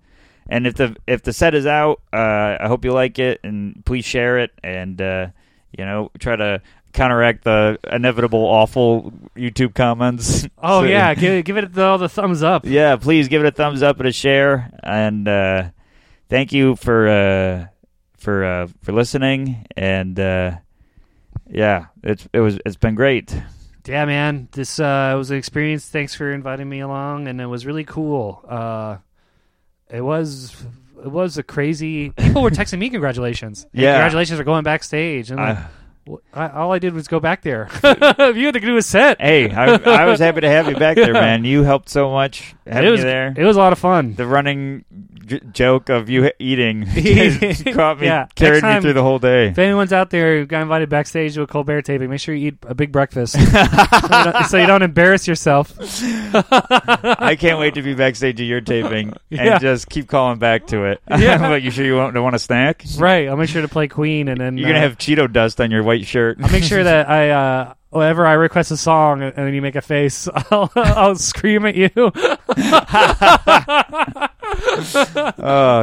B: and if the if the set is out, uh, I hope you like it, and please share it, and uh, you know try to counteract the inevitable awful YouTube comments.
C: Oh
B: (laughs) So-
C: yeah, give give it the, all the thumbs up.
B: yeah. Please give it a thumbs up and a share, and uh, thank you for uh, for uh, for listening. And uh, yeah, it's it was it's been great.
C: Yeah, man, this uh, was an experience. Thanks for inviting me along, and it was really cool. Uh, it was it was a crazy. People were texting me congratulations. Hey,
B: (laughs) Yeah.
C: congratulations for going backstage. And like,
B: I-
C: well, I, all I did was go back
B: (laughs)
C: there. (laughs) you had to do a set.
B: hey, I, I was happy to have you back
C: (laughs)
B: there,
C: Yeah.
B: man. You helped so much having
C: it was
B: you there.
C: It was a lot of fun.
B: the running j- joke of you h-
C: (laughs)
B: eating (laughs)
C: Eating.
B: caught me,
C: Yeah. Next
B: carried me
C: time-
B: through the whole day.
C: If anyone's out there who got invited backstage to a Colbert taping, make sure you eat a big
B: (laughs)
C: breakfast so, you don't, so you don't embarrass yourself.
B: I can't wait to be backstage at
C: (laughs)
B: your taping
C: Yeah.
B: and just keep calling back to it. (laughs)
C: Yeah.
B: but you sure you won't want a snack?
C: (laughs) Right, I'll make sure to play Queen, and then
B: You're gonna
C: uh,
B: have Cheeto dust on your white shirt.
C: I'll make sure that I uh, whenever I request a song and then you make a face, (laughs) I'll, I'll scream at you. (laughs)
B: (laughs) oh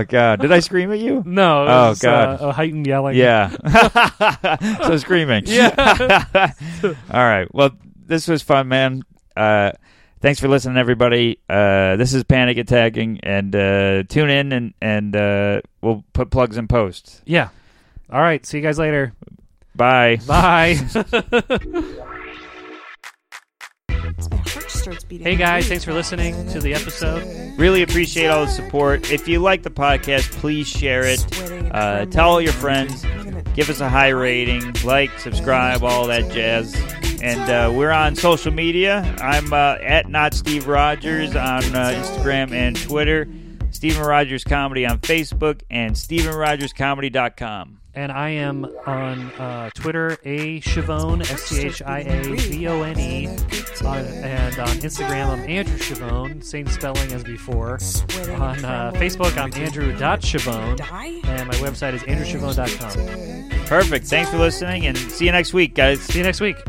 B: God, did I scream at you?
C: (laughs) No, it
B: Oh,
C: was,
B: God.
C: uh, a heightened yelling.
B: Yeah. (laughs) so screaming. Yeah. (laughs) All right. Well, this was fun, man. Uh, thanks for listening, everybody. Uh, this is Panic Attacking, and uh, tune in, and and uh, we'll put plugs in post.
C: yeah. All right, see you guys later.
B: Bye. (laughs)
C: Bye.
D: My heart starts beating.
C: hey guys,
D: really
C: thanks for
D: fast.
C: listening to the episode.
B: Really appreciate all the support. If you like the podcast, please share it.
D: Sweating and
B: Uh,
D: trembling.
B: tell all your friends.
D: I'm gonna-
B: Give us a high rating, like, subscribe, all that jazz. And uh, we're on social media. I'm uh, at not Steve Rogers on uh, Instagram and Twitter. Steven Rogers Comedy on Facebook and StevenRogersComedy.com.
C: And I am on uh, Twitter, A Chavone, S T H I A V O N E. On, and on Instagram, I'm Andrew Chavone, same spelling as before.
D: Sweating and
C: On uh,
D: trembling.
C: Facebook, I'm Andrew.Chavone.
D: Die?
C: And my website is AndrewChavone.com.
B: Perfect. Thanks for listening and see you next week, guys.
C: See you next week.